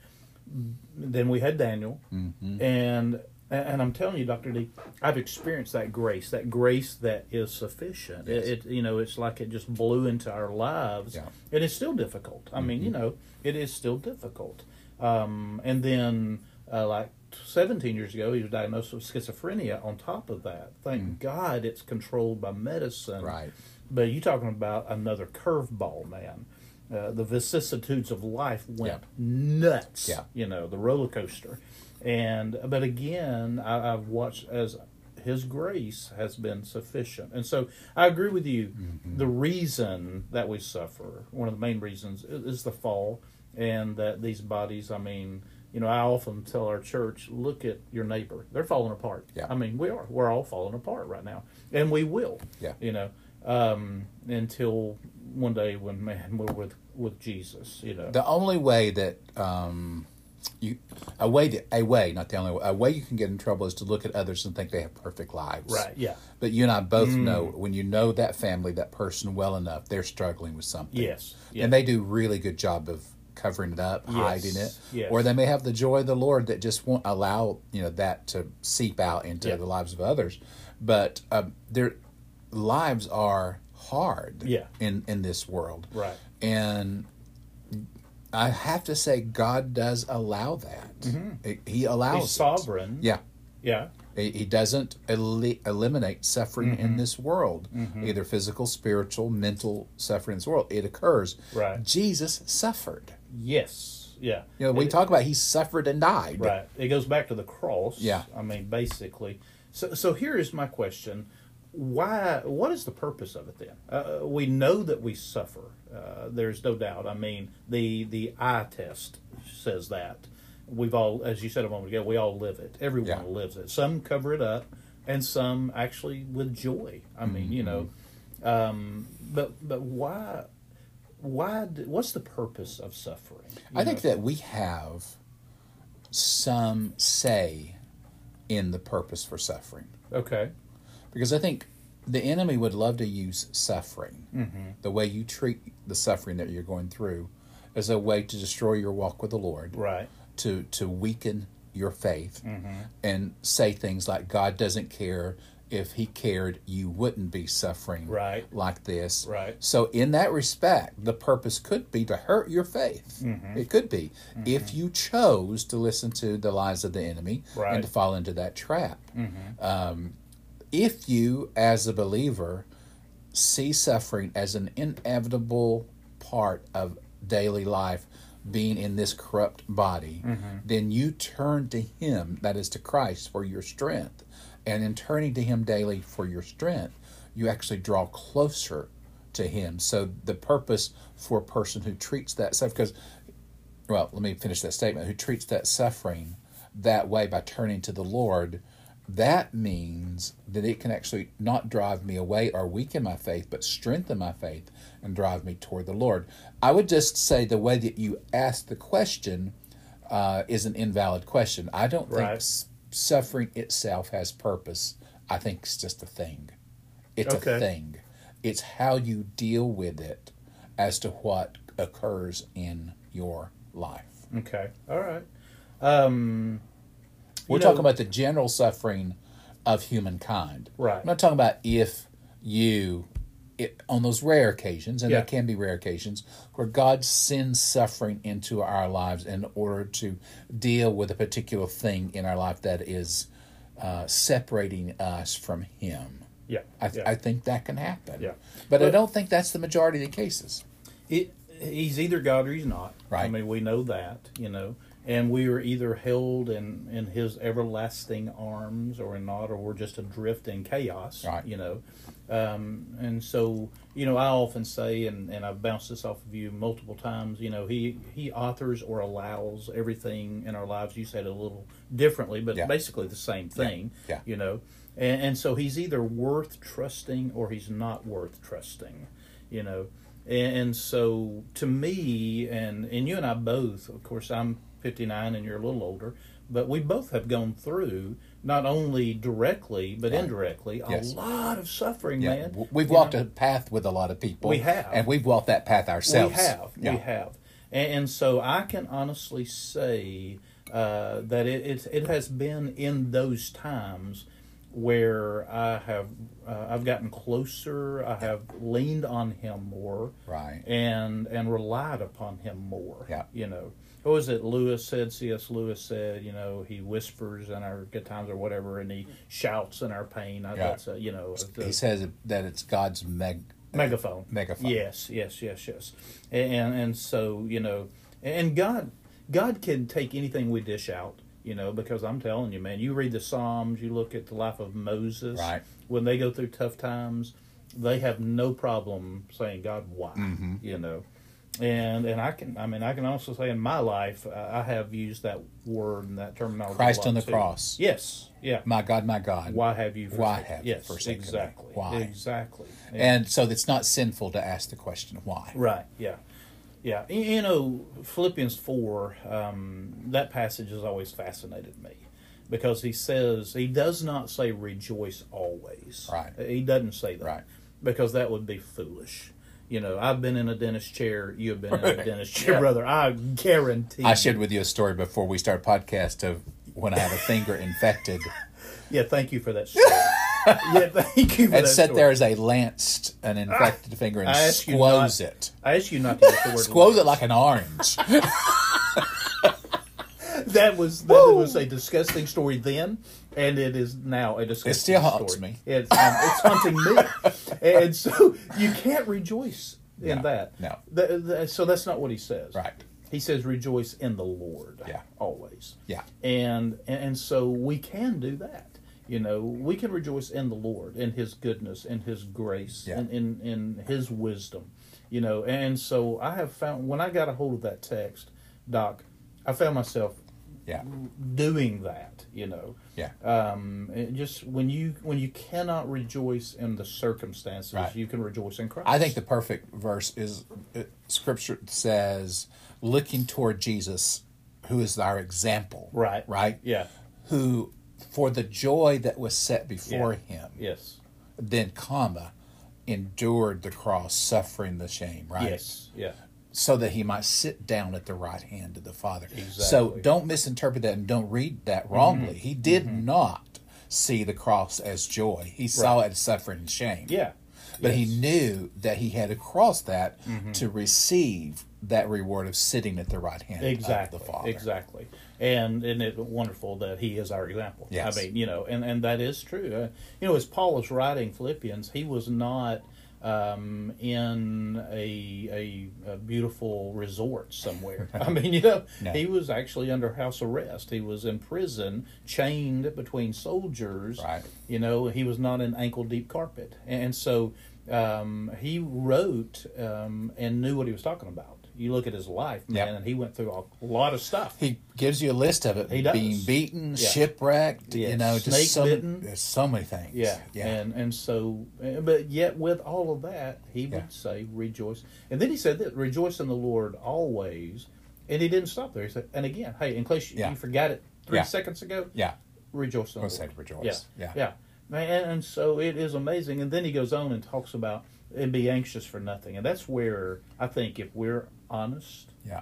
[SPEAKER 2] then we had Daniel,
[SPEAKER 1] Mm-hmm.
[SPEAKER 2] and and I'm telling you, Doctor D, I've experienced that grace, that grace that is sufficient. It, it you know, it's like it just blew into our lives,
[SPEAKER 1] Yeah. Mm-hmm.
[SPEAKER 2] and it's still difficult. I mean, you know, it is still difficult. Um, and then uh, like 17 years ago, he was diagnosed with schizophrenia. On top of that, thank God it's controlled by medicine,
[SPEAKER 1] Mm-hmm. Right.
[SPEAKER 2] But you talking about another curveball, man. Uh, the vicissitudes of life went
[SPEAKER 1] Yeah.
[SPEAKER 2] nuts.
[SPEAKER 1] Yeah.
[SPEAKER 2] You know, the roller coaster. And but again, I, I've watched as his grace has been sufficient. And so I agree with you.
[SPEAKER 1] Mm-hmm.
[SPEAKER 2] The reason that we suffer, one of the main reasons, i- is the fall and that these bodies, I mean, you know, I often tell our church, look at your neighbor. They're falling apart.
[SPEAKER 1] Yeah.
[SPEAKER 2] I mean, we are. We're all falling apart right now. And we will.
[SPEAKER 1] Yeah.
[SPEAKER 2] You know, um, until one day when man we're with with Jesus, you know.
[SPEAKER 1] The only way that um, you a way that a way not the only way a way you can get in trouble is to look at others and think they have perfect lives.
[SPEAKER 2] Right. Mm. Yeah.
[SPEAKER 1] But you and I both know when you know that family, that person well enough, they're struggling with something.
[SPEAKER 2] Yes. Yeah.
[SPEAKER 1] And they do really good job of covering it up, hiding it.
[SPEAKER 2] yes.
[SPEAKER 1] Or they may have the joy of the Lord that just won't allow, you know, that to seep out into
[SPEAKER 2] Yeah.
[SPEAKER 1] the lives of others. But um, their lives are hard
[SPEAKER 2] Yeah.
[SPEAKER 1] in, in this world.
[SPEAKER 2] Right.
[SPEAKER 1] And I have to say God does allow that. He- He allows
[SPEAKER 2] Mm-hmm. He's
[SPEAKER 1] it.
[SPEAKER 2] sovereign.
[SPEAKER 1] Yeah.
[SPEAKER 2] Yeah.
[SPEAKER 1] He he doesn't eli- eliminate suffering
[SPEAKER 2] Mm-hmm.
[SPEAKER 1] in this world, either physical, spiritual, mental suffering in this world. It occurs.
[SPEAKER 2] Right.
[SPEAKER 1] Jesus suffered.
[SPEAKER 2] Yes. Yeah.
[SPEAKER 1] You know, we
[SPEAKER 2] It-
[SPEAKER 1] talk about he suffered and died.
[SPEAKER 2] Right. It goes back to the cross.
[SPEAKER 1] Yeah.
[SPEAKER 2] I mean, basically. So, so here is my question: Why? What is the purpose of it then? Uh, we know that we suffer. Uh, there's no doubt. I mean, the the eye test says that. We've all, as you said a moment ago, we all live it. Everyone
[SPEAKER 1] Yeah.
[SPEAKER 2] lives it. Some cover it up, and some actually with joy. I
[SPEAKER 1] Mm-hmm.
[SPEAKER 2] mean, you know, um, but but why? Why? d- What's the purpose of suffering?
[SPEAKER 1] I think that we have some say in the purpose for suffering.
[SPEAKER 2] Okay.
[SPEAKER 1] because I think the enemy would love to use suffering,
[SPEAKER 2] Mm-hmm.
[SPEAKER 1] the way you treat the suffering that you're going through, as a way to destroy your walk with the Lord,
[SPEAKER 2] Right.
[SPEAKER 1] To to weaken your faith,
[SPEAKER 2] Mm-hmm.
[SPEAKER 1] and say things like God doesn't care. If He cared, you wouldn't be suffering
[SPEAKER 2] Right.
[SPEAKER 1] like this.
[SPEAKER 2] Right.
[SPEAKER 1] So, in that respect, the purpose could be to hurt your faith.
[SPEAKER 2] Mm-hmm.
[SPEAKER 1] It could be if you chose to listen to the lies of the enemy
[SPEAKER 2] Right.
[SPEAKER 1] and to fall into that trap Um, if you, as a believer, see suffering as an inevitable part of daily life, being in this corrupt body, then you turn to Him, that is to Christ, for your strength. And in turning to Him daily for your strength, you actually draw closer to Him. So the purpose for a person who treats that stuff, because well, let me finish that statement, who treats that suffering that way by turning to the Lord, that means that it can actually not drive me away or weaken my faith, but strengthen my faith and drive me toward the Lord. I would just say the way that you ask the question uh, is an invalid question. I don't think
[SPEAKER 2] Right.
[SPEAKER 1] s- suffering itself has purpose. I think it's just a thing. It's a
[SPEAKER 2] Okay.
[SPEAKER 1] thing. It's how you deal with it as to what occurs in your life.
[SPEAKER 2] Okay. All right. Um,
[SPEAKER 1] We're
[SPEAKER 2] You know-
[SPEAKER 1] talking about the general suffering of humankind.
[SPEAKER 2] Right.
[SPEAKER 1] I'm not talking about if you, it, on those rare occasions, and
[SPEAKER 2] Yeah.
[SPEAKER 1] there can be rare occasions, where God sends suffering into our lives in order to deal with a particular thing in our life that is uh, separating us from Him.
[SPEAKER 2] Yeah.
[SPEAKER 1] I, th-
[SPEAKER 2] yeah.
[SPEAKER 1] I think that can happen.
[SPEAKER 2] Yeah.
[SPEAKER 1] But, I
[SPEAKER 2] But-
[SPEAKER 1] don't think that's the majority of the cases.
[SPEAKER 2] It, he's either God or he's not. I
[SPEAKER 1] Right.
[SPEAKER 2] mean, we know that, you know, and we are either held in, in his everlasting arms or not, or we're just adrift in chaos,
[SPEAKER 1] Right.
[SPEAKER 2] you know. Um, and so, you know, I often say, and, and I've bounced this off of you multiple times, you know, he, he authors or allows everything in our lives. You said it a little differently, but
[SPEAKER 1] Yeah.
[SPEAKER 2] basically the same thing,
[SPEAKER 1] Yeah.
[SPEAKER 2] you know. And, and so he's either worth trusting or he's not worth trusting, you know. And, and so to me, and, and you and I both, of course, I'm 59 and you're a little older, but we both have gone through not only directly but indirectly a
[SPEAKER 1] Yes.
[SPEAKER 2] lot of suffering,
[SPEAKER 1] Yeah.
[SPEAKER 2] man.
[SPEAKER 1] W- We've
[SPEAKER 2] You
[SPEAKER 1] walked
[SPEAKER 2] know?
[SPEAKER 1] a path with a lot of people.
[SPEAKER 2] We have.
[SPEAKER 1] And we've walked that path ourselves.
[SPEAKER 2] We have.
[SPEAKER 1] Yeah.
[SPEAKER 2] We have. And, and so I can honestly say uh, that it, it's it has been in those times where I have uh, I've gotten closer. I have leaned on Him more.
[SPEAKER 1] Right.
[SPEAKER 2] And and relied upon Him more.
[SPEAKER 1] Yeah.
[SPEAKER 2] You know. What was it Lewis said? C.S. Lewis said, you know, he whispers in our good times or whatever, and he shouts in our pain. I
[SPEAKER 1] Yeah.
[SPEAKER 2] That's a, you know, the-
[SPEAKER 1] He says that it's God's meg.
[SPEAKER 2] megaphone.
[SPEAKER 1] Megaphone.
[SPEAKER 2] Yes, yes, yes, yes. And and so you know, and God, God can take anything we dish out. You know, because I'm telling you, man, you read the Psalms, you look at the life of Moses.
[SPEAKER 1] Right.
[SPEAKER 2] When they go through tough times, they have no problem saying, "God, why?"
[SPEAKER 1] Mm-hmm.
[SPEAKER 2] You know. And and I can I mean I can also say in my life uh, I have used that word and that terminology. a
[SPEAKER 1] Christ
[SPEAKER 2] lot,
[SPEAKER 1] on the
[SPEAKER 2] too.
[SPEAKER 1] cross.
[SPEAKER 2] Yes. Yeah.
[SPEAKER 1] My God, my God.
[SPEAKER 2] Why have you? Forsaken?
[SPEAKER 1] Why have you
[SPEAKER 2] yes,
[SPEAKER 1] forsaken me?
[SPEAKER 2] Exactly.
[SPEAKER 1] Why?
[SPEAKER 2] Exactly.
[SPEAKER 1] And so it's not sinful to ask the question why.
[SPEAKER 2] Right. Yeah. Yeah. Y- You know, Philippians 4, um, that passage has always fascinated me because he says, he does not say rejoice always.
[SPEAKER 1] Right.
[SPEAKER 2] He doesn't say that.
[SPEAKER 1] Right.
[SPEAKER 2] Because that would be foolish. You know, I've been in a dentist chair. You have been in a dentist chair, brother. I guarantee.
[SPEAKER 1] I
[SPEAKER 2] you.
[SPEAKER 1] shared with you a story before we start podcast of when I had a finger infected
[SPEAKER 2] Yeah, thank you for that story. yeah, thank you for
[SPEAKER 1] and
[SPEAKER 2] that
[SPEAKER 1] sat
[SPEAKER 2] story.
[SPEAKER 1] there as I lanced an infected finger and
[SPEAKER 2] I ask you
[SPEAKER 1] squoze
[SPEAKER 2] not-
[SPEAKER 1] it.
[SPEAKER 2] I asked you not to use the word
[SPEAKER 1] Squoze it like an orange.
[SPEAKER 2] That was that was a disgusting story then, and it is now a disgusting.
[SPEAKER 1] still haunts
[SPEAKER 2] story.
[SPEAKER 1] me.
[SPEAKER 2] It's um, it's haunting me, and so you can't rejoice in
[SPEAKER 1] No,
[SPEAKER 2] that.
[SPEAKER 1] no.
[SPEAKER 2] Th- th- so that's not what he says.
[SPEAKER 1] Right.
[SPEAKER 2] He says rejoice in the Lord.
[SPEAKER 1] Yeah.
[SPEAKER 2] Always.
[SPEAKER 1] Yeah.
[SPEAKER 2] And and and so we can do that. You know, we can rejoice in the Lord, in His goodness, in His grace,
[SPEAKER 1] Yeah.
[SPEAKER 2] in, in in His wisdom. You know, and so I have found when I got a hold of that text, Doc, I found myself
[SPEAKER 1] yeah.
[SPEAKER 2] doing that you know
[SPEAKER 1] Yeah.
[SPEAKER 2] um it just when you when you cannot rejoice in the circumstances
[SPEAKER 1] Right.
[SPEAKER 2] you can rejoice in christ
[SPEAKER 1] I think the perfect verse is uh, Scripture says, looking toward Jesus, who is our example.
[SPEAKER 2] right
[SPEAKER 1] Right?
[SPEAKER 2] yeah
[SPEAKER 1] Who, for the joy that was set before him,
[SPEAKER 2] yes
[SPEAKER 1] then comma endured the cross suffering the shame right
[SPEAKER 2] yes yeah
[SPEAKER 1] so that he might sit down at the right hand of the father so
[SPEAKER 2] Exactly. Mm-hmm.
[SPEAKER 1] don't misinterpret that and don't read that wrongly he did not see the cross as joy he saw it as suffering and shame
[SPEAKER 2] yeah
[SPEAKER 1] but he knew that he had to cross that
[SPEAKER 2] Mm-hmm.
[SPEAKER 1] to receive that reward of sitting at the right hand
[SPEAKER 2] exactly
[SPEAKER 1] of the father
[SPEAKER 2] exactly and and it's wonderful that he is our example
[SPEAKER 1] Yes.
[SPEAKER 2] i mean you know and and that is true uh, you know as paul was writing philippians he was not um, in a, a, a beautiful resort somewhere. I mean, you know,
[SPEAKER 1] No.
[SPEAKER 2] he was actually under house arrest. He was in prison, chained between soldiers.
[SPEAKER 1] Right.
[SPEAKER 2] You know, he was not in ankle deep carpet. And, and so um, he wrote um, and knew what he was talking about. You look at his life, man,
[SPEAKER 1] Yep.
[SPEAKER 2] and he went through a lot of stuff.
[SPEAKER 1] He gives you a list of it.
[SPEAKER 2] He does.
[SPEAKER 1] Being beaten,
[SPEAKER 2] Yeah.
[SPEAKER 1] shipwrecked,
[SPEAKER 2] Yeah,
[SPEAKER 1] you know,
[SPEAKER 2] snake
[SPEAKER 1] just so,
[SPEAKER 2] bitten.
[SPEAKER 1] there's so many things.
[SPEAKER 2] Yeah,
[SPEAKER 1] Yeah.
[SPEAKER 2] and and so, eh, but yet with all of that, he would
[SPEAKER 1] Yeah.
[SPEAKER 2] say rejoice, and then he said that rejoice in the Lord always, and he didn't stop there. He said, and again, hey, in case you,
[SPEAKER 1] Yeah.
[SPEAKER 2] you forgot it three
[SPEAKER 1] Yeah.
[SPEAKER 2] seconds ago,
[SPEAKER 1] yeah.
[SPEAKER 2] rejoice in
[SPEAKER 1] Well,
[SPEAKER 2] the Lord.
[SPEAKER 1] said rejoice.
[SPEAKER 2] Yeah,
[SPEAKER 1] Yeah.
[SPEAKER 2] yeah, man, and so it is amazing. And then he goes on and talks about and be anxious for nothing, and that's where I think if we're honest,
[SPEAKER 1] Yeah.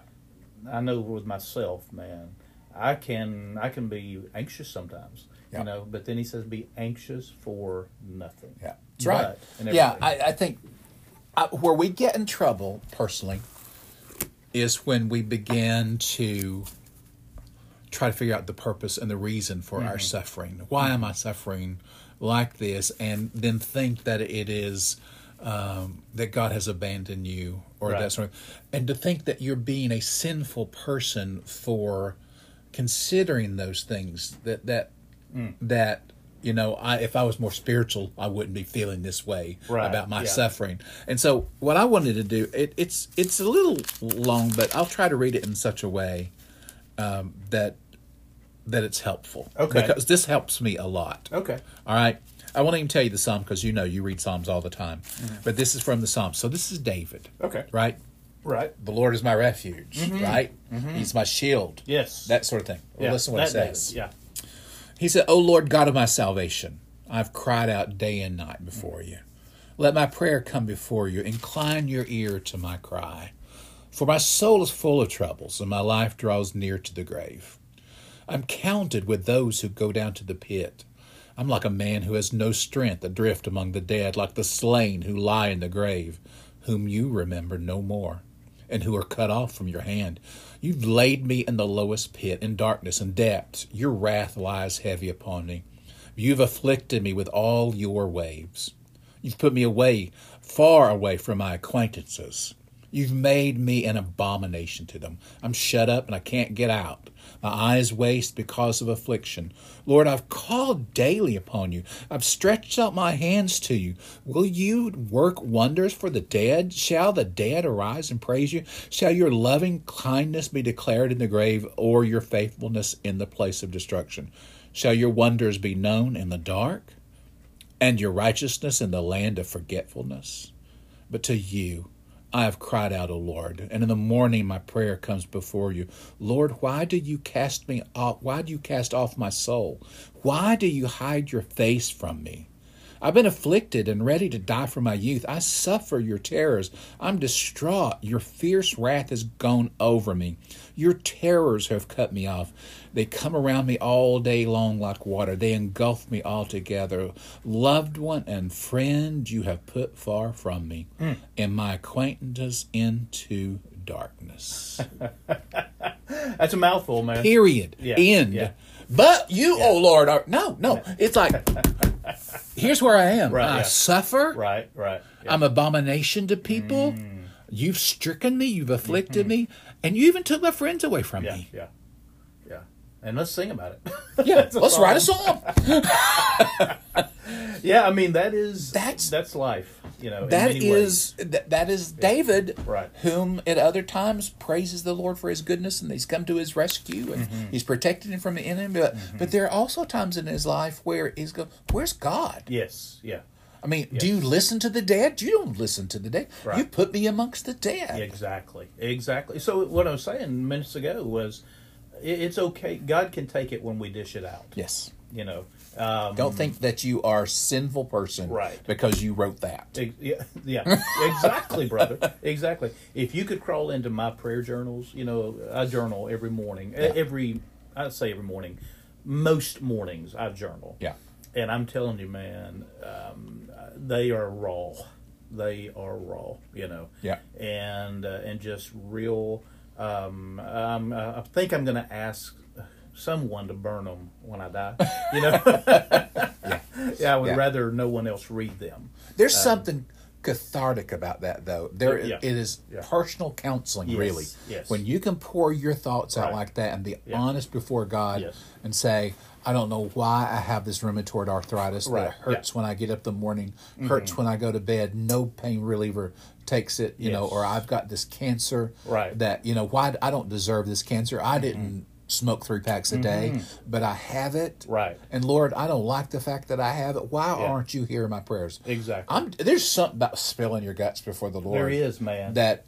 [SPEAKER 2] I know with myself, man, I can I can be anxious sometimes,
[SPEAKER 1] Yeah.
[SPEAKER 2] you know. But then he says, "Be anxious for nothing."
[SPEAKER 1] Yeah, that's right.
[SPEAKER 2] But- and
[SPEAKER 1] yeah, I,
[SPEAKER 2] everything.
[SPEAKER 1] I think I, where we get in trouble personally is when we begin to try to figure out the purpose and the reason for
[SPEAKER 2] Mm-hmm.
[SPEAKER 1] our suffering. Why am I suffering like this? And then think that it is um, that God has abandoned you or
[SPEAKER 2] Right.
[SPEAKER 1] that sort of, and to think that you're being a sinful person for considering those things that that that you know I if I was more spiritual I wouldn't be feeling this way
[SPEAKER 2] Right,
[SPEAKER 1] about my
[SPEAKER 2] yeah.
[SPEAKER 1] suffering. And so what I wanted to do it, it's it's a little long but I'll try to read it in such a way um, that that it's helpful.
[SPEAKER 2] Okay.
[SPEAKER 1] Because this helps me a lot.
[SPEAKER 2] okay.
[SPEAKER 1] All right. I won't even tell you the psalm because you know you read psalms all the time.
[SPEAKER 2] Mm-hmm.
[SPEAKER 1] But this is from the psalm. So this is David.
[SPEAKER 2] Okay.
[SPEAKER 1] Right?
[SPEAKER 2] Right.
[SPEAKER 1] The Lord is my refuge, right? He's my shield.
[SPEAKER 2] Yes.
[SPEAKER 1] That sort of thing. Well,
[SPEAKER 2] Mm-hmm. yeah.
[SPEAKER 1] Listen what it
[SPEAKER 2] that David,
[SPEAKER 1] says.
[SPEAKER 2] Yeah.
[SPEAKER 1] He said, O Lord God of my salvation, I've cried out day and night before you. Let my prayer come before you. Incline your ear to my cry. For my soul is full of troubles, and my life draws near to the grave. I'm counted with those who go down to the pit. I'm like a man who has no strength, adrift among the dead, like the slain who lie in the grave, whom you remember no more, and who are cut off from your hand. You've laid me in the lowest pit, in darkness and depths. Your wrath lies heavy upon me. You've afflicted me with all your waves. You've put me away, far away from my acquaintances. You've made me an abomination to them. I'm shut up and I can't get out. My eyes waste because of affliction. Lord, I've called daily upon you. I've stretched out my hands to you. Will you work wonders for the dead? Shall the dead arise and praise you? Shall your loving kindness be declared in the grave, or your faithfulness in the place of destruction? Shall your wonders be known in the dark? and your righteousness in the land of forgetfulness. But to you I have cried out, O Lord, and in the morning my prayer comes before you. Lord, why do you cast me off? Why do you cast off my soul? Why do you hide your face from me? I've been afflicted and ready to die from my youth. I suffer your terrors. I'm distraught. Your fierce wrath has gone over me. Your terrors have cut me off. They come around me all day long like water. They engulf me altogether. Loved one and friend you have put far from me,
[SPEAKER 2] Hmm.
[SPEAKER 1] and my acquaintances into darkness.
[SPEAKER 2] That's a mouthful, man.
[SPEAKER 1] Period.
[SPEAKER 2] Yeah,
[SPEAKER 1] End.
[SPEAKER 2] yeah.
[SPEAKER 1] But you, oh Lord, are, no, no. It's like, here's where I am.
[SPEAKER 2] Right,
[SPEAKER 1] I
[SPEAKER 2] yeah.
[SPEAKER 1] suffer.
[SPEAKER 2] Right. Right. Yeah. Mm.
[SPEAKER 1] I'm abomination to people. You've stricken me. You've afflicted me, and you even took my friends away from
[SPEAKER 2] Mm-hmm. yeah.
[SPEAKER 1] me.
[SPEAKER 2] Yeah. Yeah. And let's sing about it.
[SPEAKER 1] Yeah, let's write a song.
[SPEAKER 2] yeah. I mean, that is
[SPEAKER 1] That's-
[SPEAKER 2] that's life. You know. in
[SPEAKER 1] That
[SPEAKER 2] many ways.
[SPEAKER 1] is that, that is David,
[SPEAKER 2] Right.
[SPEAKER 1] whom at other times praises the Lord for His goodness, and He's come to His rescue, and
[SPEAKER 2] Mm-hmm.
[SPEAKER 1] He's protected him from the enemy. But, but there are also times in his life where he's go, "Where's God?
[SPEAKER 2] Yes. Yeah.
[SPEAKER 1] I mean, do you listen to the dead? You don't listen to the dead.
[SPEAKER 2] Right.
[SPEAKER 1] You put me amongst the dead.
[SPEAKER 2] Exactly. Exactly. So what I was saying minutes ago was, it- it's okay. God can take it when we dish it out.
[SPEAKER 1] Yes."
[SPEAKER 2] You know. Um,
[SPEAKER 1] Don't think that you are a sinful person
[SPEAKER 2] Right.
[SPEAKER 1] because you wrote that.
[SPEAKER 2] Ex- e-, Yeah, yeah, exactly, brother. Exactly. If you could crawl into my prayer journals, you know, I journal every morning. e- Every, I say every morning, most mornings I journal.
[SPEAKER 1] Yeah.
[SPEAKER 2] And I'm telling you, man, um, they are raw. They are raw. You know.
[SPEAKER 1] Yeah.
[SPEAKER 2] And uh, and just real. Um, um, I think I'm going to ask someone to burn them when I die. You know. yeah. I would
[SPEAKER 1] Yeah.
[SPEAKER 2] rather no one else read them.
[SPEAKER 1] There's something cathartic about that though. There,
[SPEAKER 2] Um, Yeah.
[SPEAKER 1] it is
[SPEAKER 2] Yeah.
[SPEAKER 1] personal counseling,
[SPEAKER 2] Yes,
[SPEAKER 1] really.
[SPEAKER 2] yes.
[SPEAKER 1] When you can pour your thoughts out
[SPEAKER 2] Right.
[SPEAKER 1] like that and be
[SPEAKER 2] Yeah.
[SPEAKER 1] honest before God
[SPEAKER 2] Yes.
[SPEAKER 1] and say, "I don't know why I have this rheumatoid arthritis. But
[SPEAKER 2] Right,
[SPEAKER 1] it hurts
[SPEAKER 2] yeah. Mm-hmm.
[SPEAKER 1] when I get up in the morning. Hurts when I go to bed. No pain reliever takes it. You know,
[SPEAKER 2] Yes.
[SPEAKER 1] or I've got this cancer.
[SPEAKER 2] Right. Mm-hmm.
[SPEAKER 1] That you know why d- I don't deserve this cancer. I didn't." Smoke three packs a day, but I have it.
[SPEAKER 2] Right.
[SPEAKER 1] And Lord, I don't like the fact that I have it. Why
[SPEAKER 2] Yeah.
[SPEAKER 1] aren't you hearing my prayers?
[SPEAKER 2] Exactly.
[SPEAKER 1] I'm there's something about spilling your guts before the Lord.
[SPEAKER 2] There is, man.
[SPEAKER 1] That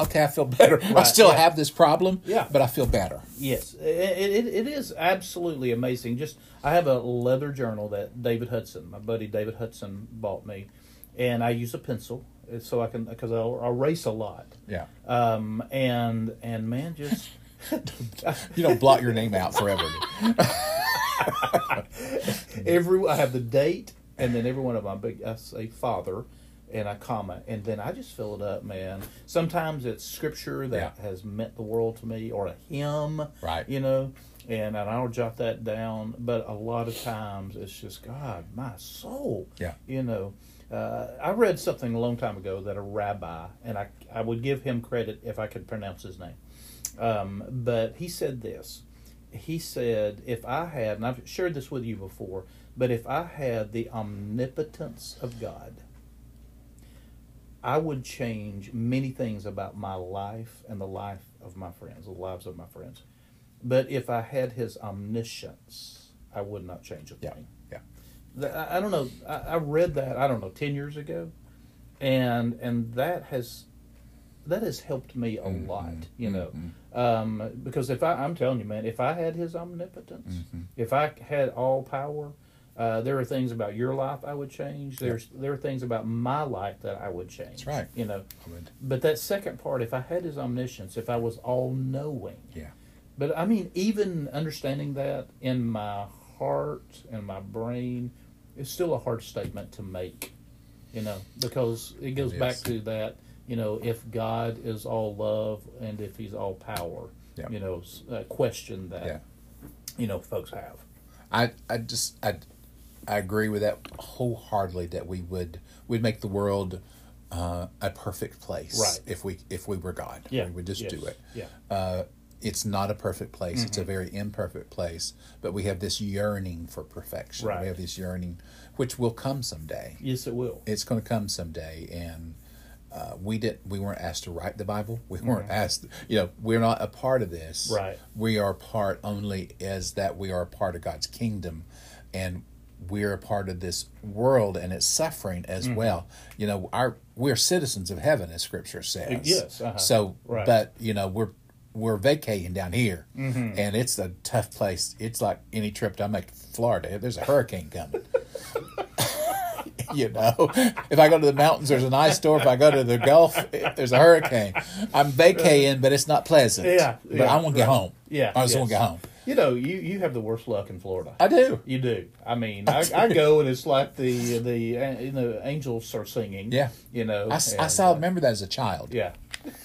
[SPEAKER 1] okay, I feel better. I
[SPEAKER 2] Right,
[SPEAKER 1] still
[SPEAKER 2] yeah.
[SPEAKER 1] have this problem,
[SPEAKER 2] Yeah.
[SPEAKER 1] but I feel better.
[SPEAKER 2] Yes, it, it, it is absolutely amazing. Just I have a leather journal that David Hudson, my buddy David Hudson, bought me, and I use a pencil uh, so I can because I erase a lot.
[SPEAKER 1] Yeah.
[SPEAKER 2] Um, and and man, just
[SPEAKER 1] You don't block your name out forever.
[SPEAKER 2] every I have the date, and then every one of my big I say father, and I comma, and then I just fill it up, man. Sometimes it's scripture that
[SPEAKER 1] Yeah.
[SPEAKER 2] has meant the world to me, or a hymn,
[SPEAKER 1] Right.
[SPEAKER 2] You know, and, and I'll jot that down. But a lot of times it's just God, my soul,
[SPEAKER 1] Yeah.
[SPEAKER 2] You know, uh, I read something a long time ago that a rabbi, and I I would give him credit if I could pronounce his name. Um, but he said this. He said, if I had, and I've shared this with you before, but if I had the omnipotence of God, I would change many things about my life and the life of my friends, the lives of my friends. But if I had his omniscience, I would not change a
[SPEAKER 1] yeah.
[SPEAKER 2] thing.
[SPEAKER 1] Yeah.
[SPEAKER 2] Th- I I don't know. I, I read that I don't know ten years ago, and and that has that has helped me a
[SPEAKER 1] Mm-hmm.
[SPEAKER 2] lot. You know, um, because if I I'm telling you, man, if I had His omnipotence,
[SPEAKER 1] Mm-hmm.
[SPEAKER 2] if I had all power, uh, there are things about your life I would change. There's there are things about my life that I would change.
[SPEAKER 1] That's right.
[SPEAKER 2] You know,
[SPEAKER 1] I would.
[SPEAKER 2] but that second part, if I had His omniscience, if I was all knowing,
[SPEAKER 1] Yeah.
[SPEAKER 2] but I mean, even understanding that in my heart and my brain is still a hard statement to make, you know, because it goes
[SPEAKER 1] It
[SPEAKER 2] back
[SPEAKER 1] is.
[SPEAKER 2] to that, you know, if God is all love and if He's all power,
[SPEAKER 1] Yeah.
[SPEAKER 2] you know, s- uh, question that,
[SPEAKER 1] Yeah.
[SPEAKER 2] you know, folks have.
[SPEAKER 1] I I just I I agree with that wholeheartedly that we would we'd make the world uh, a perfect place
[SPEAKER 2] Right.
[SPEAKER 1] if we if we were God.
[SPEAKER 2] Yeah.
[SPEAKER 1] We would just
[SPEAKER 2] yes,
[SPEAKER 1] do it.
[SPEAKER 2] Yeah.
[SPEAKER 1] uh, it's not a perfect place. It's a very imperfect place. But we have this yearning for perfection.
[SPEAKER 2] Right.
[SPEAKER 1] We have this yearning, which will come someday.
[SPEAKER 2] Yes, it will.
[SPEAKER 1] It's going to come someday, and uh, we did. We weren't asked to write the Bible. We weren't asked. You know, we're not a part of this.
[SPEAKER 2] Mm. Right.
[SPEAKER 1] We are part only as that we are a part of God's kingdom, and we're a part of this world and its suffering as
[SPEAKER 2] Mm-hmm.
[SPEAKER 1] well. You know, our we're citizens of heaven, as Scripture says.
[SPEAKER 2] yes, uh-huh.
[SPEAKER 1] So,
[SPEAKER 2] Right.
[SPEAKER 1] but you know, we're we're vacating down here,
[SPEAKER 2] Mm-hmm.
[SPEAKER 1] and it's a tough place. It's like any trip I make to Florida. There's a hurricane coming. you know, if I go to the mountains, there's an ice storm. If I go to the Gulf, there's a hurricane. I'm vacating, but it's not pleasant.
[SPEAKER 2] Yeah,
[SPEAKER 1] but
[SPEAKER 2] yeah,
[SPEAKER 1] I want to get home.
[SPEAKER 2] Yeah,
[SPEAKER 1] I just
[SPEAKER 2] yes.
[SPEAKER 1] want to get home.
[SPEAKER 2] You know, you, you have the worst luck in Florida.
[SPEAKER 1] I do.
[SPEAKER 2] You do. I mean, I, I go and it's like the the uh, you know angels are singing.
[SPEAKER 1] Yeah.
[SPEAKER 2] You know,
[SPEAKER 1] I, s- I
[SPEAKER 2] and,
[SPEAKER 1] saw.
[SPEAKER 2] uh,
[SPEAKER 1] Remember that as a child.
[SPEAKER 2] Yeah.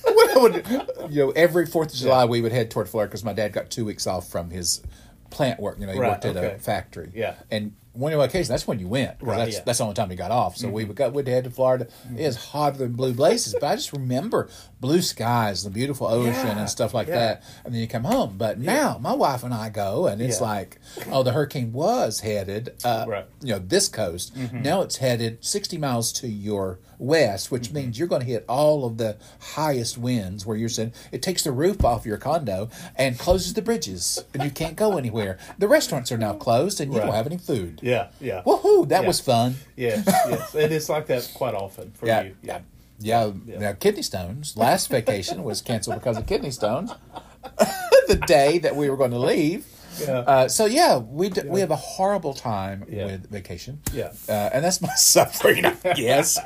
[SPEAKER 1] When I would- you know, every Fourth of July we would head toward Florida because my dad got two weeks off from his plant work. You know, he
[SPEAKER 2] Right,
[SPEAKER 1] worked at
[SPEAKER 2] okay.
[SPEAKER 1] a factory.
[SPEAKER 2] Yeah.
[SPEAKER 1] and one of my occasions, that's when you went. 'cause
[SPEAKER 2] Right,
[SPEAKER 1] That's,
[SPEAKER 2] yeah. Mm-hmm.
[SPEAKER 1] that's the only time he got off. So we would go, we'd head to Florida. It was hotter than blue blazes, but I just remember blue skies, the beautiful ocean,
[SPEAKER 2] Yeah,
[SPEAKER 1] and stuff like
[SPEAKER 2] yeah.
[SPEAKER 1] that. And then you come home. But now my wife and I go, and it's
[SPEAKER 2] Yeah.
[SPEAKER 1] like, oh, the hurricane was headed. Uh,
[SPEAKER 2] Right.
[SPEAKER 1] you know this coast. Now it's headed 60 miles to your west, which means you're going to hit all of the highest winds where you're sitting. It takes the roof off your condo and closes the bridges, and you can't go anywhere. The restaurants are now closed, and you
[SPEAKER 2] Right.
[SPEAKER 1] don't have any food.
[SPEAKER 2] Yeah. Yeah.
[SPEAKER 1] Woohoo! That
[SPEAKER 2] Yeah.
[SPEAKER 1] was fun.
[SPEAKER 2] Yes, yes, and it's like that quite often for
[SPEAKER 1] Yeah,
[SPEAKER 2] you.
[SPEAKER 1] yeah, yeah. Now kidney stones. Last vacation was canceled because of kidney stones. the day that we were going to leave.
[SPEAKER 2] Yeah.
[SPEAKER 1] Uh, so yeah, we d- we have a horrible time
[SPEAKER 2] Yeah.
[SPEAKER 1] with vacation.
[SPEAKER 2] Yeah.
[SPEAKER 1] Uh, and that's my suffering. I guess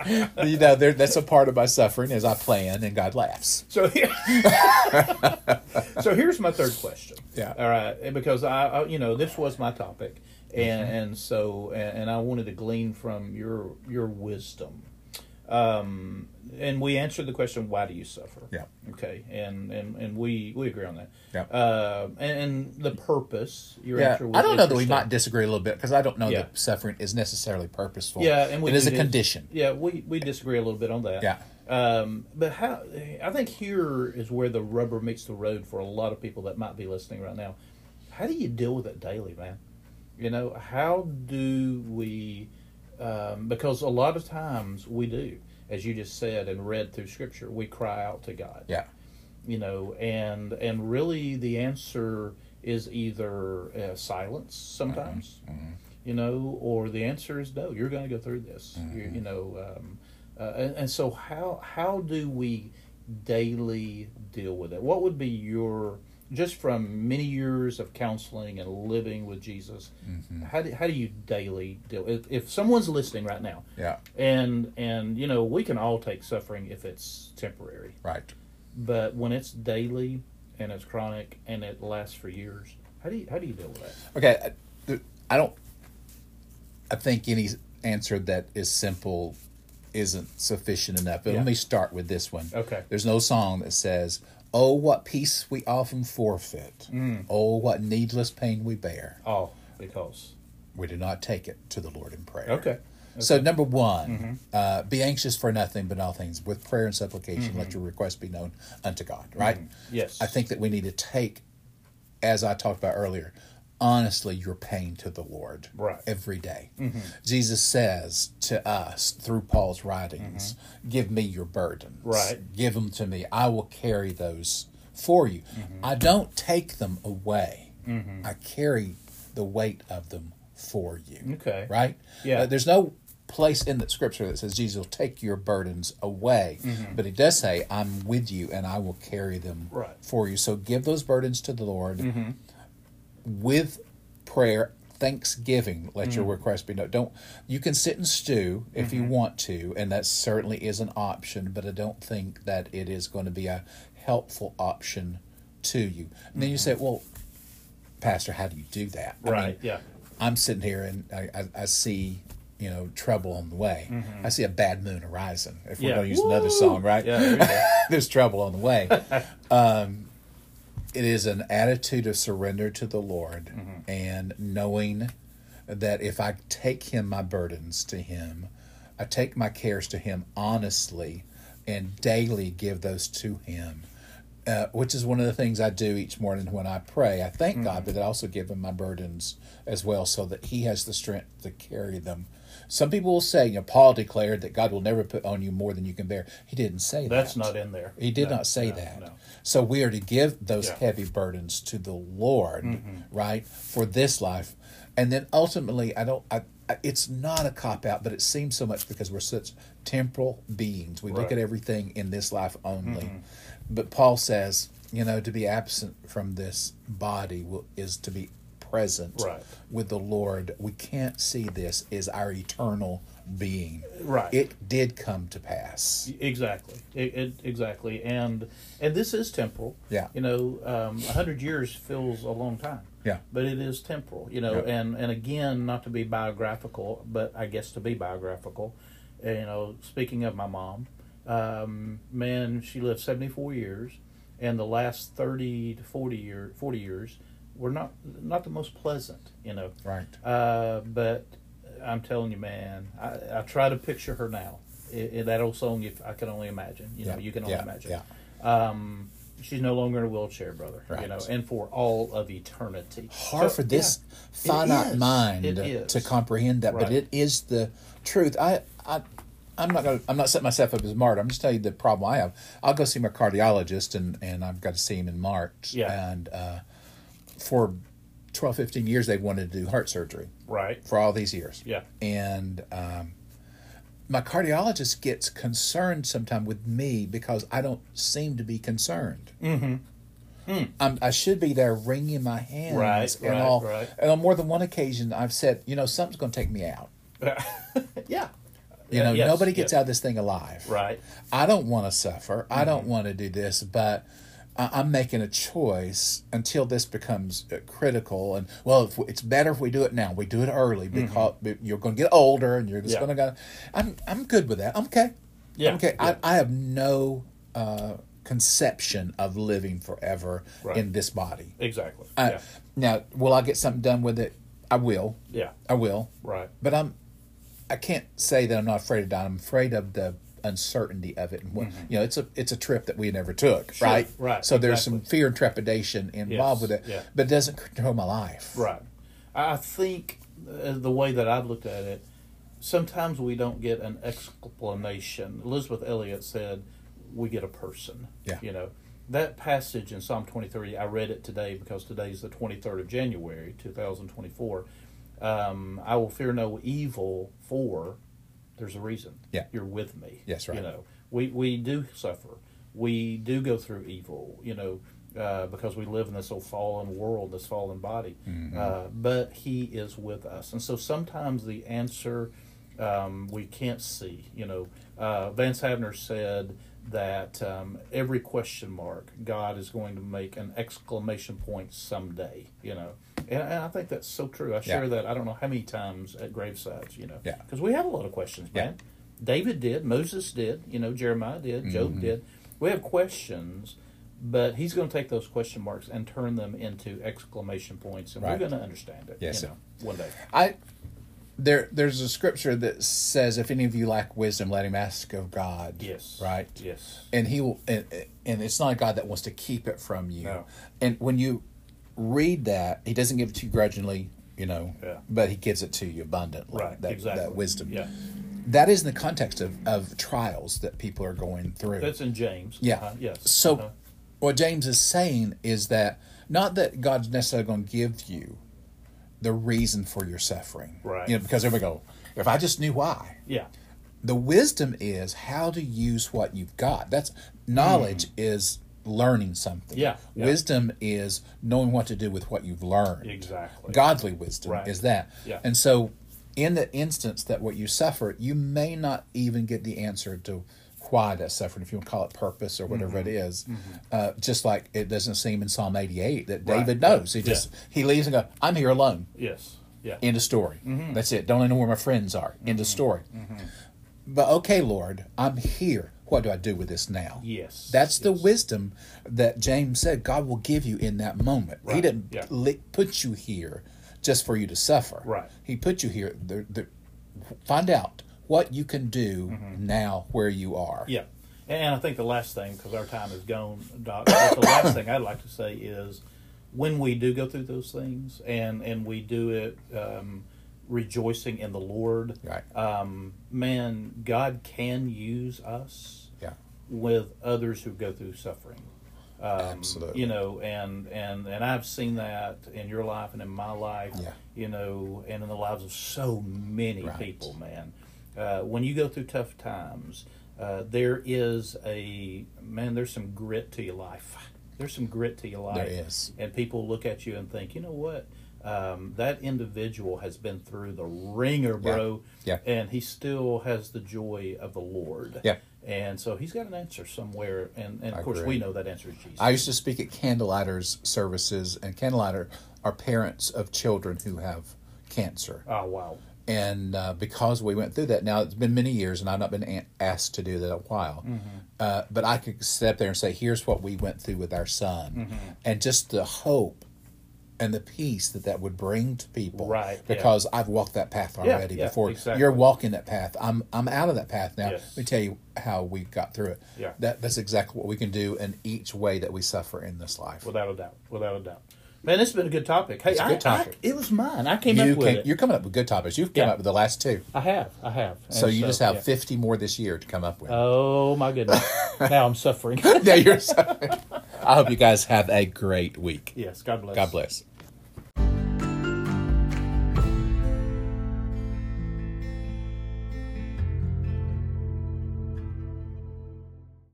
[SPEAKER 1] you know there, that's a part of my suffering is I plan and God laughs.
[SPEAKER 2] So here, so here's my third question.
[SPEAKER 1] Yeah.
[SPEAKER 2] All right, and because I, I you know, this was my topic,
[SPEAKER 1] Mm-hmm.
[SPEAKER 2] and and so and, and I wanted to glean from your your wisdom. Um, and we answered the question, why do you suffer?
[SPEAKER 1] Yeah.
[SPEAKER 2] Okay. And and, and we we agree on that.
[SPEAKER 1] Yeah.
[SPEAKER 2] Uh, and, and the purpose. Your
[SPEAKER 1] Yeah,
[SPEAKER 2] answer was
[SPEAKER 1] I don't know that we
[SPEAKER 2] interesting.
[SPEAKER 1] might disagree a little bit because I don't know
[SPEAKER 2] Yeah.
[SPEAKER 1] that suffering is necessarily purposeful.
[SPEAKER 2] Yeah, and we
[SPEAKER 1] it is a
[SPEAKER 2] do dis-
[SPEAKER 1] condition.
[SPEAKER 2] Yeah, we, we disagree a little bit on that.
[SPEAKER 1] Yeah.
[SPEAKER 2] Um, but how I think here is where the rubber meets the road for a lot of people that might be listening right now. How do you deal with it daily, man? You know, how do we? Um, because a lot of times we do, as you just said and read through Scripture, we cry out to God
[SPEAKER 1] Yeah,
[SPEAKER 2] you know and and really the answer is either uh, silence
[SPEAKER 1] Mm-hmm.
[SPEAKER 2] sometimes you know or the answer is no you're going to go through this you, you know um, uh, and, and so how how do we daily deal with it what would be your just from many years of counseling and living with jesus how, do, how do you daily deal if, if someone's listening right now
[SPEAKER 1] yeah,
[SPEAKER 2] and and you know we can all take suffering if it's temporary
[SPEAKER 1] right.
[SPEAKER 2] but when it's daily and it's chronic and it lasts for years, how do you how do you deal with that?
[SPEAKER 1] Okay, I- th- I don't. I think any answer that is simple isn't sufficient enough. But
[SPEAKER 2] Yeah.
[SPEAKER 1] Let me start with this one.
[SPEAKER 2] Okay.
[SPEAKER 1] There's no song that says, "Oh, what peace we often forfeit.
[SPEAKER 2] Mm.
[SPEAKER 1] Oh, what needless pain we bear.
[SPEAKER 2] Oh, because
[SPEAKER 1] We do not take it to the Lord in prayer."
[SPEAKER 2] okay, Mm-hmm.
[SPEAKER 1] So number one, uh, be anxious for nothing but in all things with prayer and supplication. Let
[SPEAKER 2] Mm-hmm.
[SPEAKER 1] your request be known unto God. Right.
[SPEAKER 2] yes,
[SPEAKER 1] I think that we need to take, as I talked about earlier, honestly your pain to the Lord
[SPEAKER 2] Right. Mm-hmm.
[SPEAKER 1] every day. Jesus says to us through Paul's writings, "Give me your burdens.
[SPEAKER 2] Mm-hmm. Right.
[SPEAKER 1] Give them to me. I will carry those for you.
[SPEAKER 2] Mm-hmm.
[SPEAKER 1] I don't take them away. I carry the weight of them for you."
[SPEAKER 2] okay,
[SPEAKER 1] right?
[SPEAKER 2] Yeah.
[SPEAKER 1] Uh, there's no place in the scripture that says Jesus will take your burdens away,
[SPEAKER 2] Mm-hmm.
[SPEAKER 1] but he does say, "I'm with you, and I will carry them
[SPEAKER 2] Right. Mm-hmm.
[SPEAKER 1] for you." So give those burdens to the Lord with prayer, thanksgiving. Let
[SPEAKER 2] Mm-hmm.
[SPEAKER 1] your request be known. Don't you can sit and stew if you want to, and that certainly is an option. But I don't think that it is going to be a helpful option to you. And then you say, "Well, Pastor, how do you do that?" I mean,
[SPEAKER 2] Mm-hmm. right, yeah,
[SPEAKER 1] I'm sitting here and I, I, I see, you know, trouble on the way. I see a bad moon arising. If we're
[SPEAKER 2] Mm-hmm. Yeah.
[SPEAKER 1] going to use another
[SPEAKER 2] Woo!
[SPEAKER 1] song, right?
[SPEAKER 2] yeah, there you go.
[SPEAKER 1] There's trouble on the way. um, it is an attitude of surrender to the Lord
[SPEAKER 2] Mm-hmm.
[SPEAKER 1] and knowing that if I take Him my burdens to Him, I take my cares to Him honestly and daily give those to Him. Uh, which is one of the things I do each morning when I pray. I thank God,
[SPEAKER 2] Mm-hmm.
[SPEAKER 1] but I also give Him my burdens as well, so that He has the strength to carry them. Some people will say, you know, Paul declared that God will never put on you more than you can bear. He didn't say that.
[SPEAKER 2] that's not in there.
[SPEAKER 1] He did
[SPEAKER 2] No,
[SPEAKER 1] not say
[SPEAKER 2] no,
[SPEAKER 1] that.
[SPEAKER 2] no.
[SPEAKER 1] So we are to give those
[SPEAKER 2] Yeah. Mm-hmm.
[SPEAKER 1] heavy burdens to the Lord, right, for this life, and then ultimately, I don't. I, I- it's not a cop out, but it seems so much because we're such temporal beings. We look
[SPEAKER 2] Right. Mm-hmm.
[SPEAKER 1] at everything in this life only. But Paul says, you know, to be absent from this body will, is to be present
[SPEAKER 2] Right.
[SPEAKER 1] with the Lord. We can't see this is our eternal being.
[SPEAKER 2] Right.
[SPEAKER 1] It did come to pass.
[SPEAKER 2] Exactly, it, it, exactly, and and this is temporal.
[SPEAKER 1] Yeah.
[SPEAKER 2] you know, um, a hundred years feels a long time.
[SPEAKER 1] Yeah.
[SPEAKER 2] but it is temporal. You know,
[SPEAKER 1] Yeah.
[SPEAKER 2] and and again, not to be biographical, but I guess to be biographical. uh, You know, speaking of my mom, um, man, she lived seventy four years, and the last thirty to forty year forty years were not not the most pleasant. You know,
[SPEAKER 1] Right.
[SPEAKER 2] uh, but I'm telling you, man, I, I try to picture her now. It, it- that old song, if I can only imagine. You know, you can only
[SPEAKER 1] yeah,
[SPEAKER 2] imagine.
[SPEAKER 1] Yeah.
[SPEAKER 2] Um, she's no longer in a wheelchair, brother. You
[SPEAKER 1] Right.
[SPEAKER 2] know, and for all of eternity.
[SPEAKER 1] hard
[SPEAKER 2] So,
[SPEAKER 1] for this
[SPEAKER 2] yeah, it
[SPEAKER 1] finite
[SPEAKER 2] is.
[SPEAKER 1] mind
[SPEAKER 2] It
[SPEAKER 1] to
[SPEAKER 2] is.
[SPEAKER 1] comprehend that, but
[SPEAKER 2] Right.
[SPEAKER 1] it is the truth. I, I, I'm not gonna. I'm not setting myself up as a martyr. I'm just telling you the problem I have. I'll go see my cardiologist, and and I've got to see him in March.
[SPEAKER 2] Yeah.
[SPEAKER 1] And uh, for 12, 15 years, they've wanted to do heart surgery
[SPEAKER 2] Right.
[SPEAKER 1] for all these years.
[SPEAKER 2] Yeah.
[SPEAKER 1] And um, my cardiologist gets concerned sometimes with me because I don't seem to be concerned. Mm-hmm. I'm, I should be there wringing my hands.
[SPEAKER 2] Hmm.
[SPEAKER 1] and
[SPEAKER 2] Right, right,
[SPEAKER 1] all,
[SPEAKER 2] right.
[SPEAKER 1] And on more than one occasion, I've said, you know, something's going to take me out.
[SPEAKER 2] yeah.
[SPEAKER 1] You
[SPEAKER 2] Yeah,
[SPEAKER 1] know,
[SPEAKER 2] yes,
[SPEAKER 1] nobody gets
[SPEAKER 2] yes.
[SPEAKER 1] out of this thing alive.
[SPEAKER 2] Right.
[SPEAKER 1] I don't want to suffer. I
[SPEAKER 2] Mm-hmm.
[SPEAKER 1] don't want to do this, but I- I'm making a choice until this becomes uh, critical. And well, if we, it's better if we do it now. We do it early because you're going to get older and you're just
[SPEAKER 2] Mm-hmm. Yeah.
[SPEAKER 1] going to go. I'm I'm good with that. I'm okay.
[SPEAKER 2] Yeah.
[SPEAKER 1] Okay, I, I have no uh, conception of living forever
[SPEAKER 2] Right.
[SPEAKER 1] in this body.
[SPEAKER 2] Exactly.
[SPEAKER 1] I,
[SPEAKER 2] yeah.
[SPEAKER 1] Now, will I get something done with it? I will.
[SPEAKER 2] Yeah.
[SPEAKER 1] I will.
[SPEAKER 2] Right.
[SPEAKER 1] But I'm, I can't say that I'm not afraid of dying. I'm afraid of the uncertainty of it. And what, you know, it's a it's a trip that we never took,
[SPEAKER 2] Mm-hmm. Sure,
[SPEAKER 1] right?
[SPEAKER 2] right,
[SPEAKER 1] So there's
[SPEAKER 2] exactly.
[SPEAKER 1] some fear and trepidation involved
[SPEAKER 2] Yes,
[SPEAKER 1] with it,
[SPEAKER 2] yeah.
[SPEAKER 1] but it doesn't control my life.
[SPEAKER 2] Right. I I think uh, the way that I've looked at it, sometimes we don't get an explanation. Elizabeth Elliot said, "We get a person."
[SPEAKER 1] Yeah.
[SPEAKER 2] You know that passage in Psalm 23. I read it today because today's the 23rd of January, 2024. Um, I will fear no evil, for there's a reason.
[SPEAKER 1] Yeah.
[SPEAKER 2] You're with me.
[SPEAKER 1] Yes, right.
[SPEAKER 2] You know, we we do suffer. We do go through evil. You know. Uh, because we live in this old fallen world, this fallen body,
[SPEAKER 1] Mm-hmm.
[SPEAKER 2] uh, but He is with us, and so sometimes the answer um, we can't see. You know, uh, Vance Havner said that um, every question mark, God is going to make an exclamation point someday. You know, and, and I think that's so true. I share
[SPEAKER 1] Yeah.
[SPEAKER 2] that I don't know how many times at gravesides. You know,
[SPEAKER 1] Yeah.
[SPEAKER 2] because we have a lot of questions,
[SPEAKER 1] Yeah.
[SPEAKER 2] man. David did, Moses did, you know, Jeremiah did,
[SPEAKER 1] Mm-hmm.
[SPEAKER 2] Job did. We have questions, but he's going to take those question marks and turn them into exclamation points, and
[SPEAKER 1] Right.
[SPEAKER 2] we're going to understand it.
[SPEAKER 1] Yes, sir.
[SPEAKER 2] you know, one day.
[SPEAKER 1] I there there's a scripture that says, "If any of you lack wisdom, let him ask of God."
[SPEAKER 2] Yes.
[SPEAKER 1] Right.
[SPEAKER 2] Yes.
[SPEAKER 1] and he will and, and it's not a god that wants to keep it from you
[SPEAKER 2] No.
[SPEAKER 1] and when you read that he doesn't give it to you grudgingly you know
[SPEAKER 2] Yeah.
[SPEAKER 1] but he gives it to you abundantly
[SPEAKER 2] Right.
[SPEAKER 1] that,
[SPEAKER 2] exactly.
[SPEAKER 1] that wisdom
[SPEAKER 2] Yeah.
[SPEAKER 1] that is in the context of, of trials that people are going through
[SPEAKER 2] That's in James.
[SPEAKER 1] yeah
[SPEAKER 2] Uh-huh, yes.
[SPEAKER 1] so
[SPEAKER 2] Uh-huh.
[SPEAKER 1] what james is saying is that not that god's necessarily going to give you the reason for your suffering
[SPEAKER 2] Right.
[SPEAKER 1] you know, because there we go if i just knew why
[SPEAKER 2] Yeah.
[SPEAKER 1] the wisdom is how to use what you've got that's knowledge is learning something
[SPEAKER 2] Mm. Yeah, yeah.
[SPEAKER 1] wisdom is knowing what to do with what you've learned
[SPEAKER 2] Exactly.
[SPEAKER 1] godly wisdom
[SPEAKER 2] Right.
[SPEAKER 1] is that
[SPEAKER 2] Yeah.
[SPEAKER 1] and so in the instance that what you suffer you may not even get the answer to why that suffering if you want to call it purpose or whatever it
[SPEAKER 2] Mm-hmm.
[SPEAKER 1] is. uh, just like it doesn't seem in psalm 88 that
[SPEAKER 2] Right.
[SPEAKER 1] david knows he
[SPEAKER 2] Yeah.
[SPEAKER 1] just he leaves and goes i'm here alone
[SPEAKER 2] Yes. Yeah.
[SPEAKER 1] End of story.
[SPEAKER 2] Mm-hmm.
[SPEAKER 1] That's it. Don't even know where my friends are. End of story. But okay, Lord, I'm here. What do I do with this now?
[SPEAKER 2] yes.
[SPEAKER 1] That's the
[SPEAKER 2] Yes.
[SPEAKER 1] wisdom that James said God will give you in that moment. He
[SPEAKER 2] Right,
[SPEAKER 1] didn't
[SPEAKER 2] yeah.
[SPEAKER 1] li- put you here just for you to suffer.
[SPEAKER 2] Right.
[SPEAKER 1] He put you here. The, the, find out what you can do now where you are.
[SPEAKER 2] Mm-hmm. Yeah, and, and I think the last thing, because our time is gone, Doc. But the last thing I'd like to say is, when we do go through those things, and and we do it um, rejoicing in the Lord,
[SPEAKER 1] Right.
[SPEAKER 2] Um, man, God can use us
[SPEAKER 1] Yeah.
[SPEAKER 2] with others who go through suffering. Um,
[SPEAKER 1] Absolutely.
[SPEAKER 2] You know, and and and I've seen that in your life and in my life.
[SPEAKER 1] Yeah.
[SPEAKER 2] You know, and in the lives of so many
[SPEAKER 1] Right.
[SPEAKER 2] people, man. Uh, when you go through tough times, uh, there is a man. There's some grit to your life. There's some grit to your life.
[SPEAKER 1] There is.
[SPEAKER 2] And people look at you and think, you know what? Um, that individual has been through the ringer, bro.
[SPEAKER 1] Yeah.
[SPEAKER 2] And he still has the joy of the Lord.
[SPEAKER 1] Yeah.
[SPEAKER 2] And so he's got an answer somewhere, and, and of
[SPEAKER 1] I
[SPEAKER 2] course
[SPEAKER 1] agree.
[SPEAKER 2] we know that answer is Jesus.
[SPEAKER 1] I used to speak at Candlelighter's services, and Candlelighter are parents of children who have cancer.
[SPEAKER 2] oh wow,
[SPEAKER 1] and uh, because we went through that now it's been many years and i've not been a- asked to do that in a while
[SPEAKER 2] Mm-hmm.
[SPEAKER 1] uh, but i could step there and say here's what we went through with our son
[SPEAKER 2] Mm-hmm.
[SPEAKER 1] and just the hope and the peace that that would bring to people
[SPEAKER 2] Right, yeah.
[SPEAKER 1] because i've walked that path already
[SPEAKER 2] yeah,
[SPEAKER 1] before
[SPEAKER 2] exactly.
[SPEAKER 1] you're walking that path i'm i'm out of that path now
[SPEAKER 2] Yes.
[SPEAKER 1] let me tell you how we got through it
[SPEAKER 2] Yeah.
[SPEAKER 1] that that's exactly what we can do in each way that we suffer in this life
[SPEAKER 2] without a doubt, without a doubt. Man, this has been a good topic. Hey,
[SPEAKER 1] It's a
[SPEAKER 2] I-
[SPEAKER 1] good topic.
[SPEAKER 2] I, it was mine. I came
[SPEAKER 1] you
[SPEAKER 2] up with
[SPEAKER 1] can,
[SPEAKER 2] it.
[SPEAKER 1] you're coming up with good topics you've come
[SPEAKER 2] Yeah.
[SPEAKER 1] up with the last two
[SPEAKER 2] I have, I have. And
[SPEAKER 1] so you just have
[SPEAKER 2] yeah.
[SPEAKER 1] 50 more this year to come up with
[SPEAKER 2] Oh my goodness! now I'm suffering.
[SPEAKER 1] yeah, you're sorry. I hope you guys have a great week.
[SPEAKER 2] yes, God bless.
[SPEAKER 1] God bless.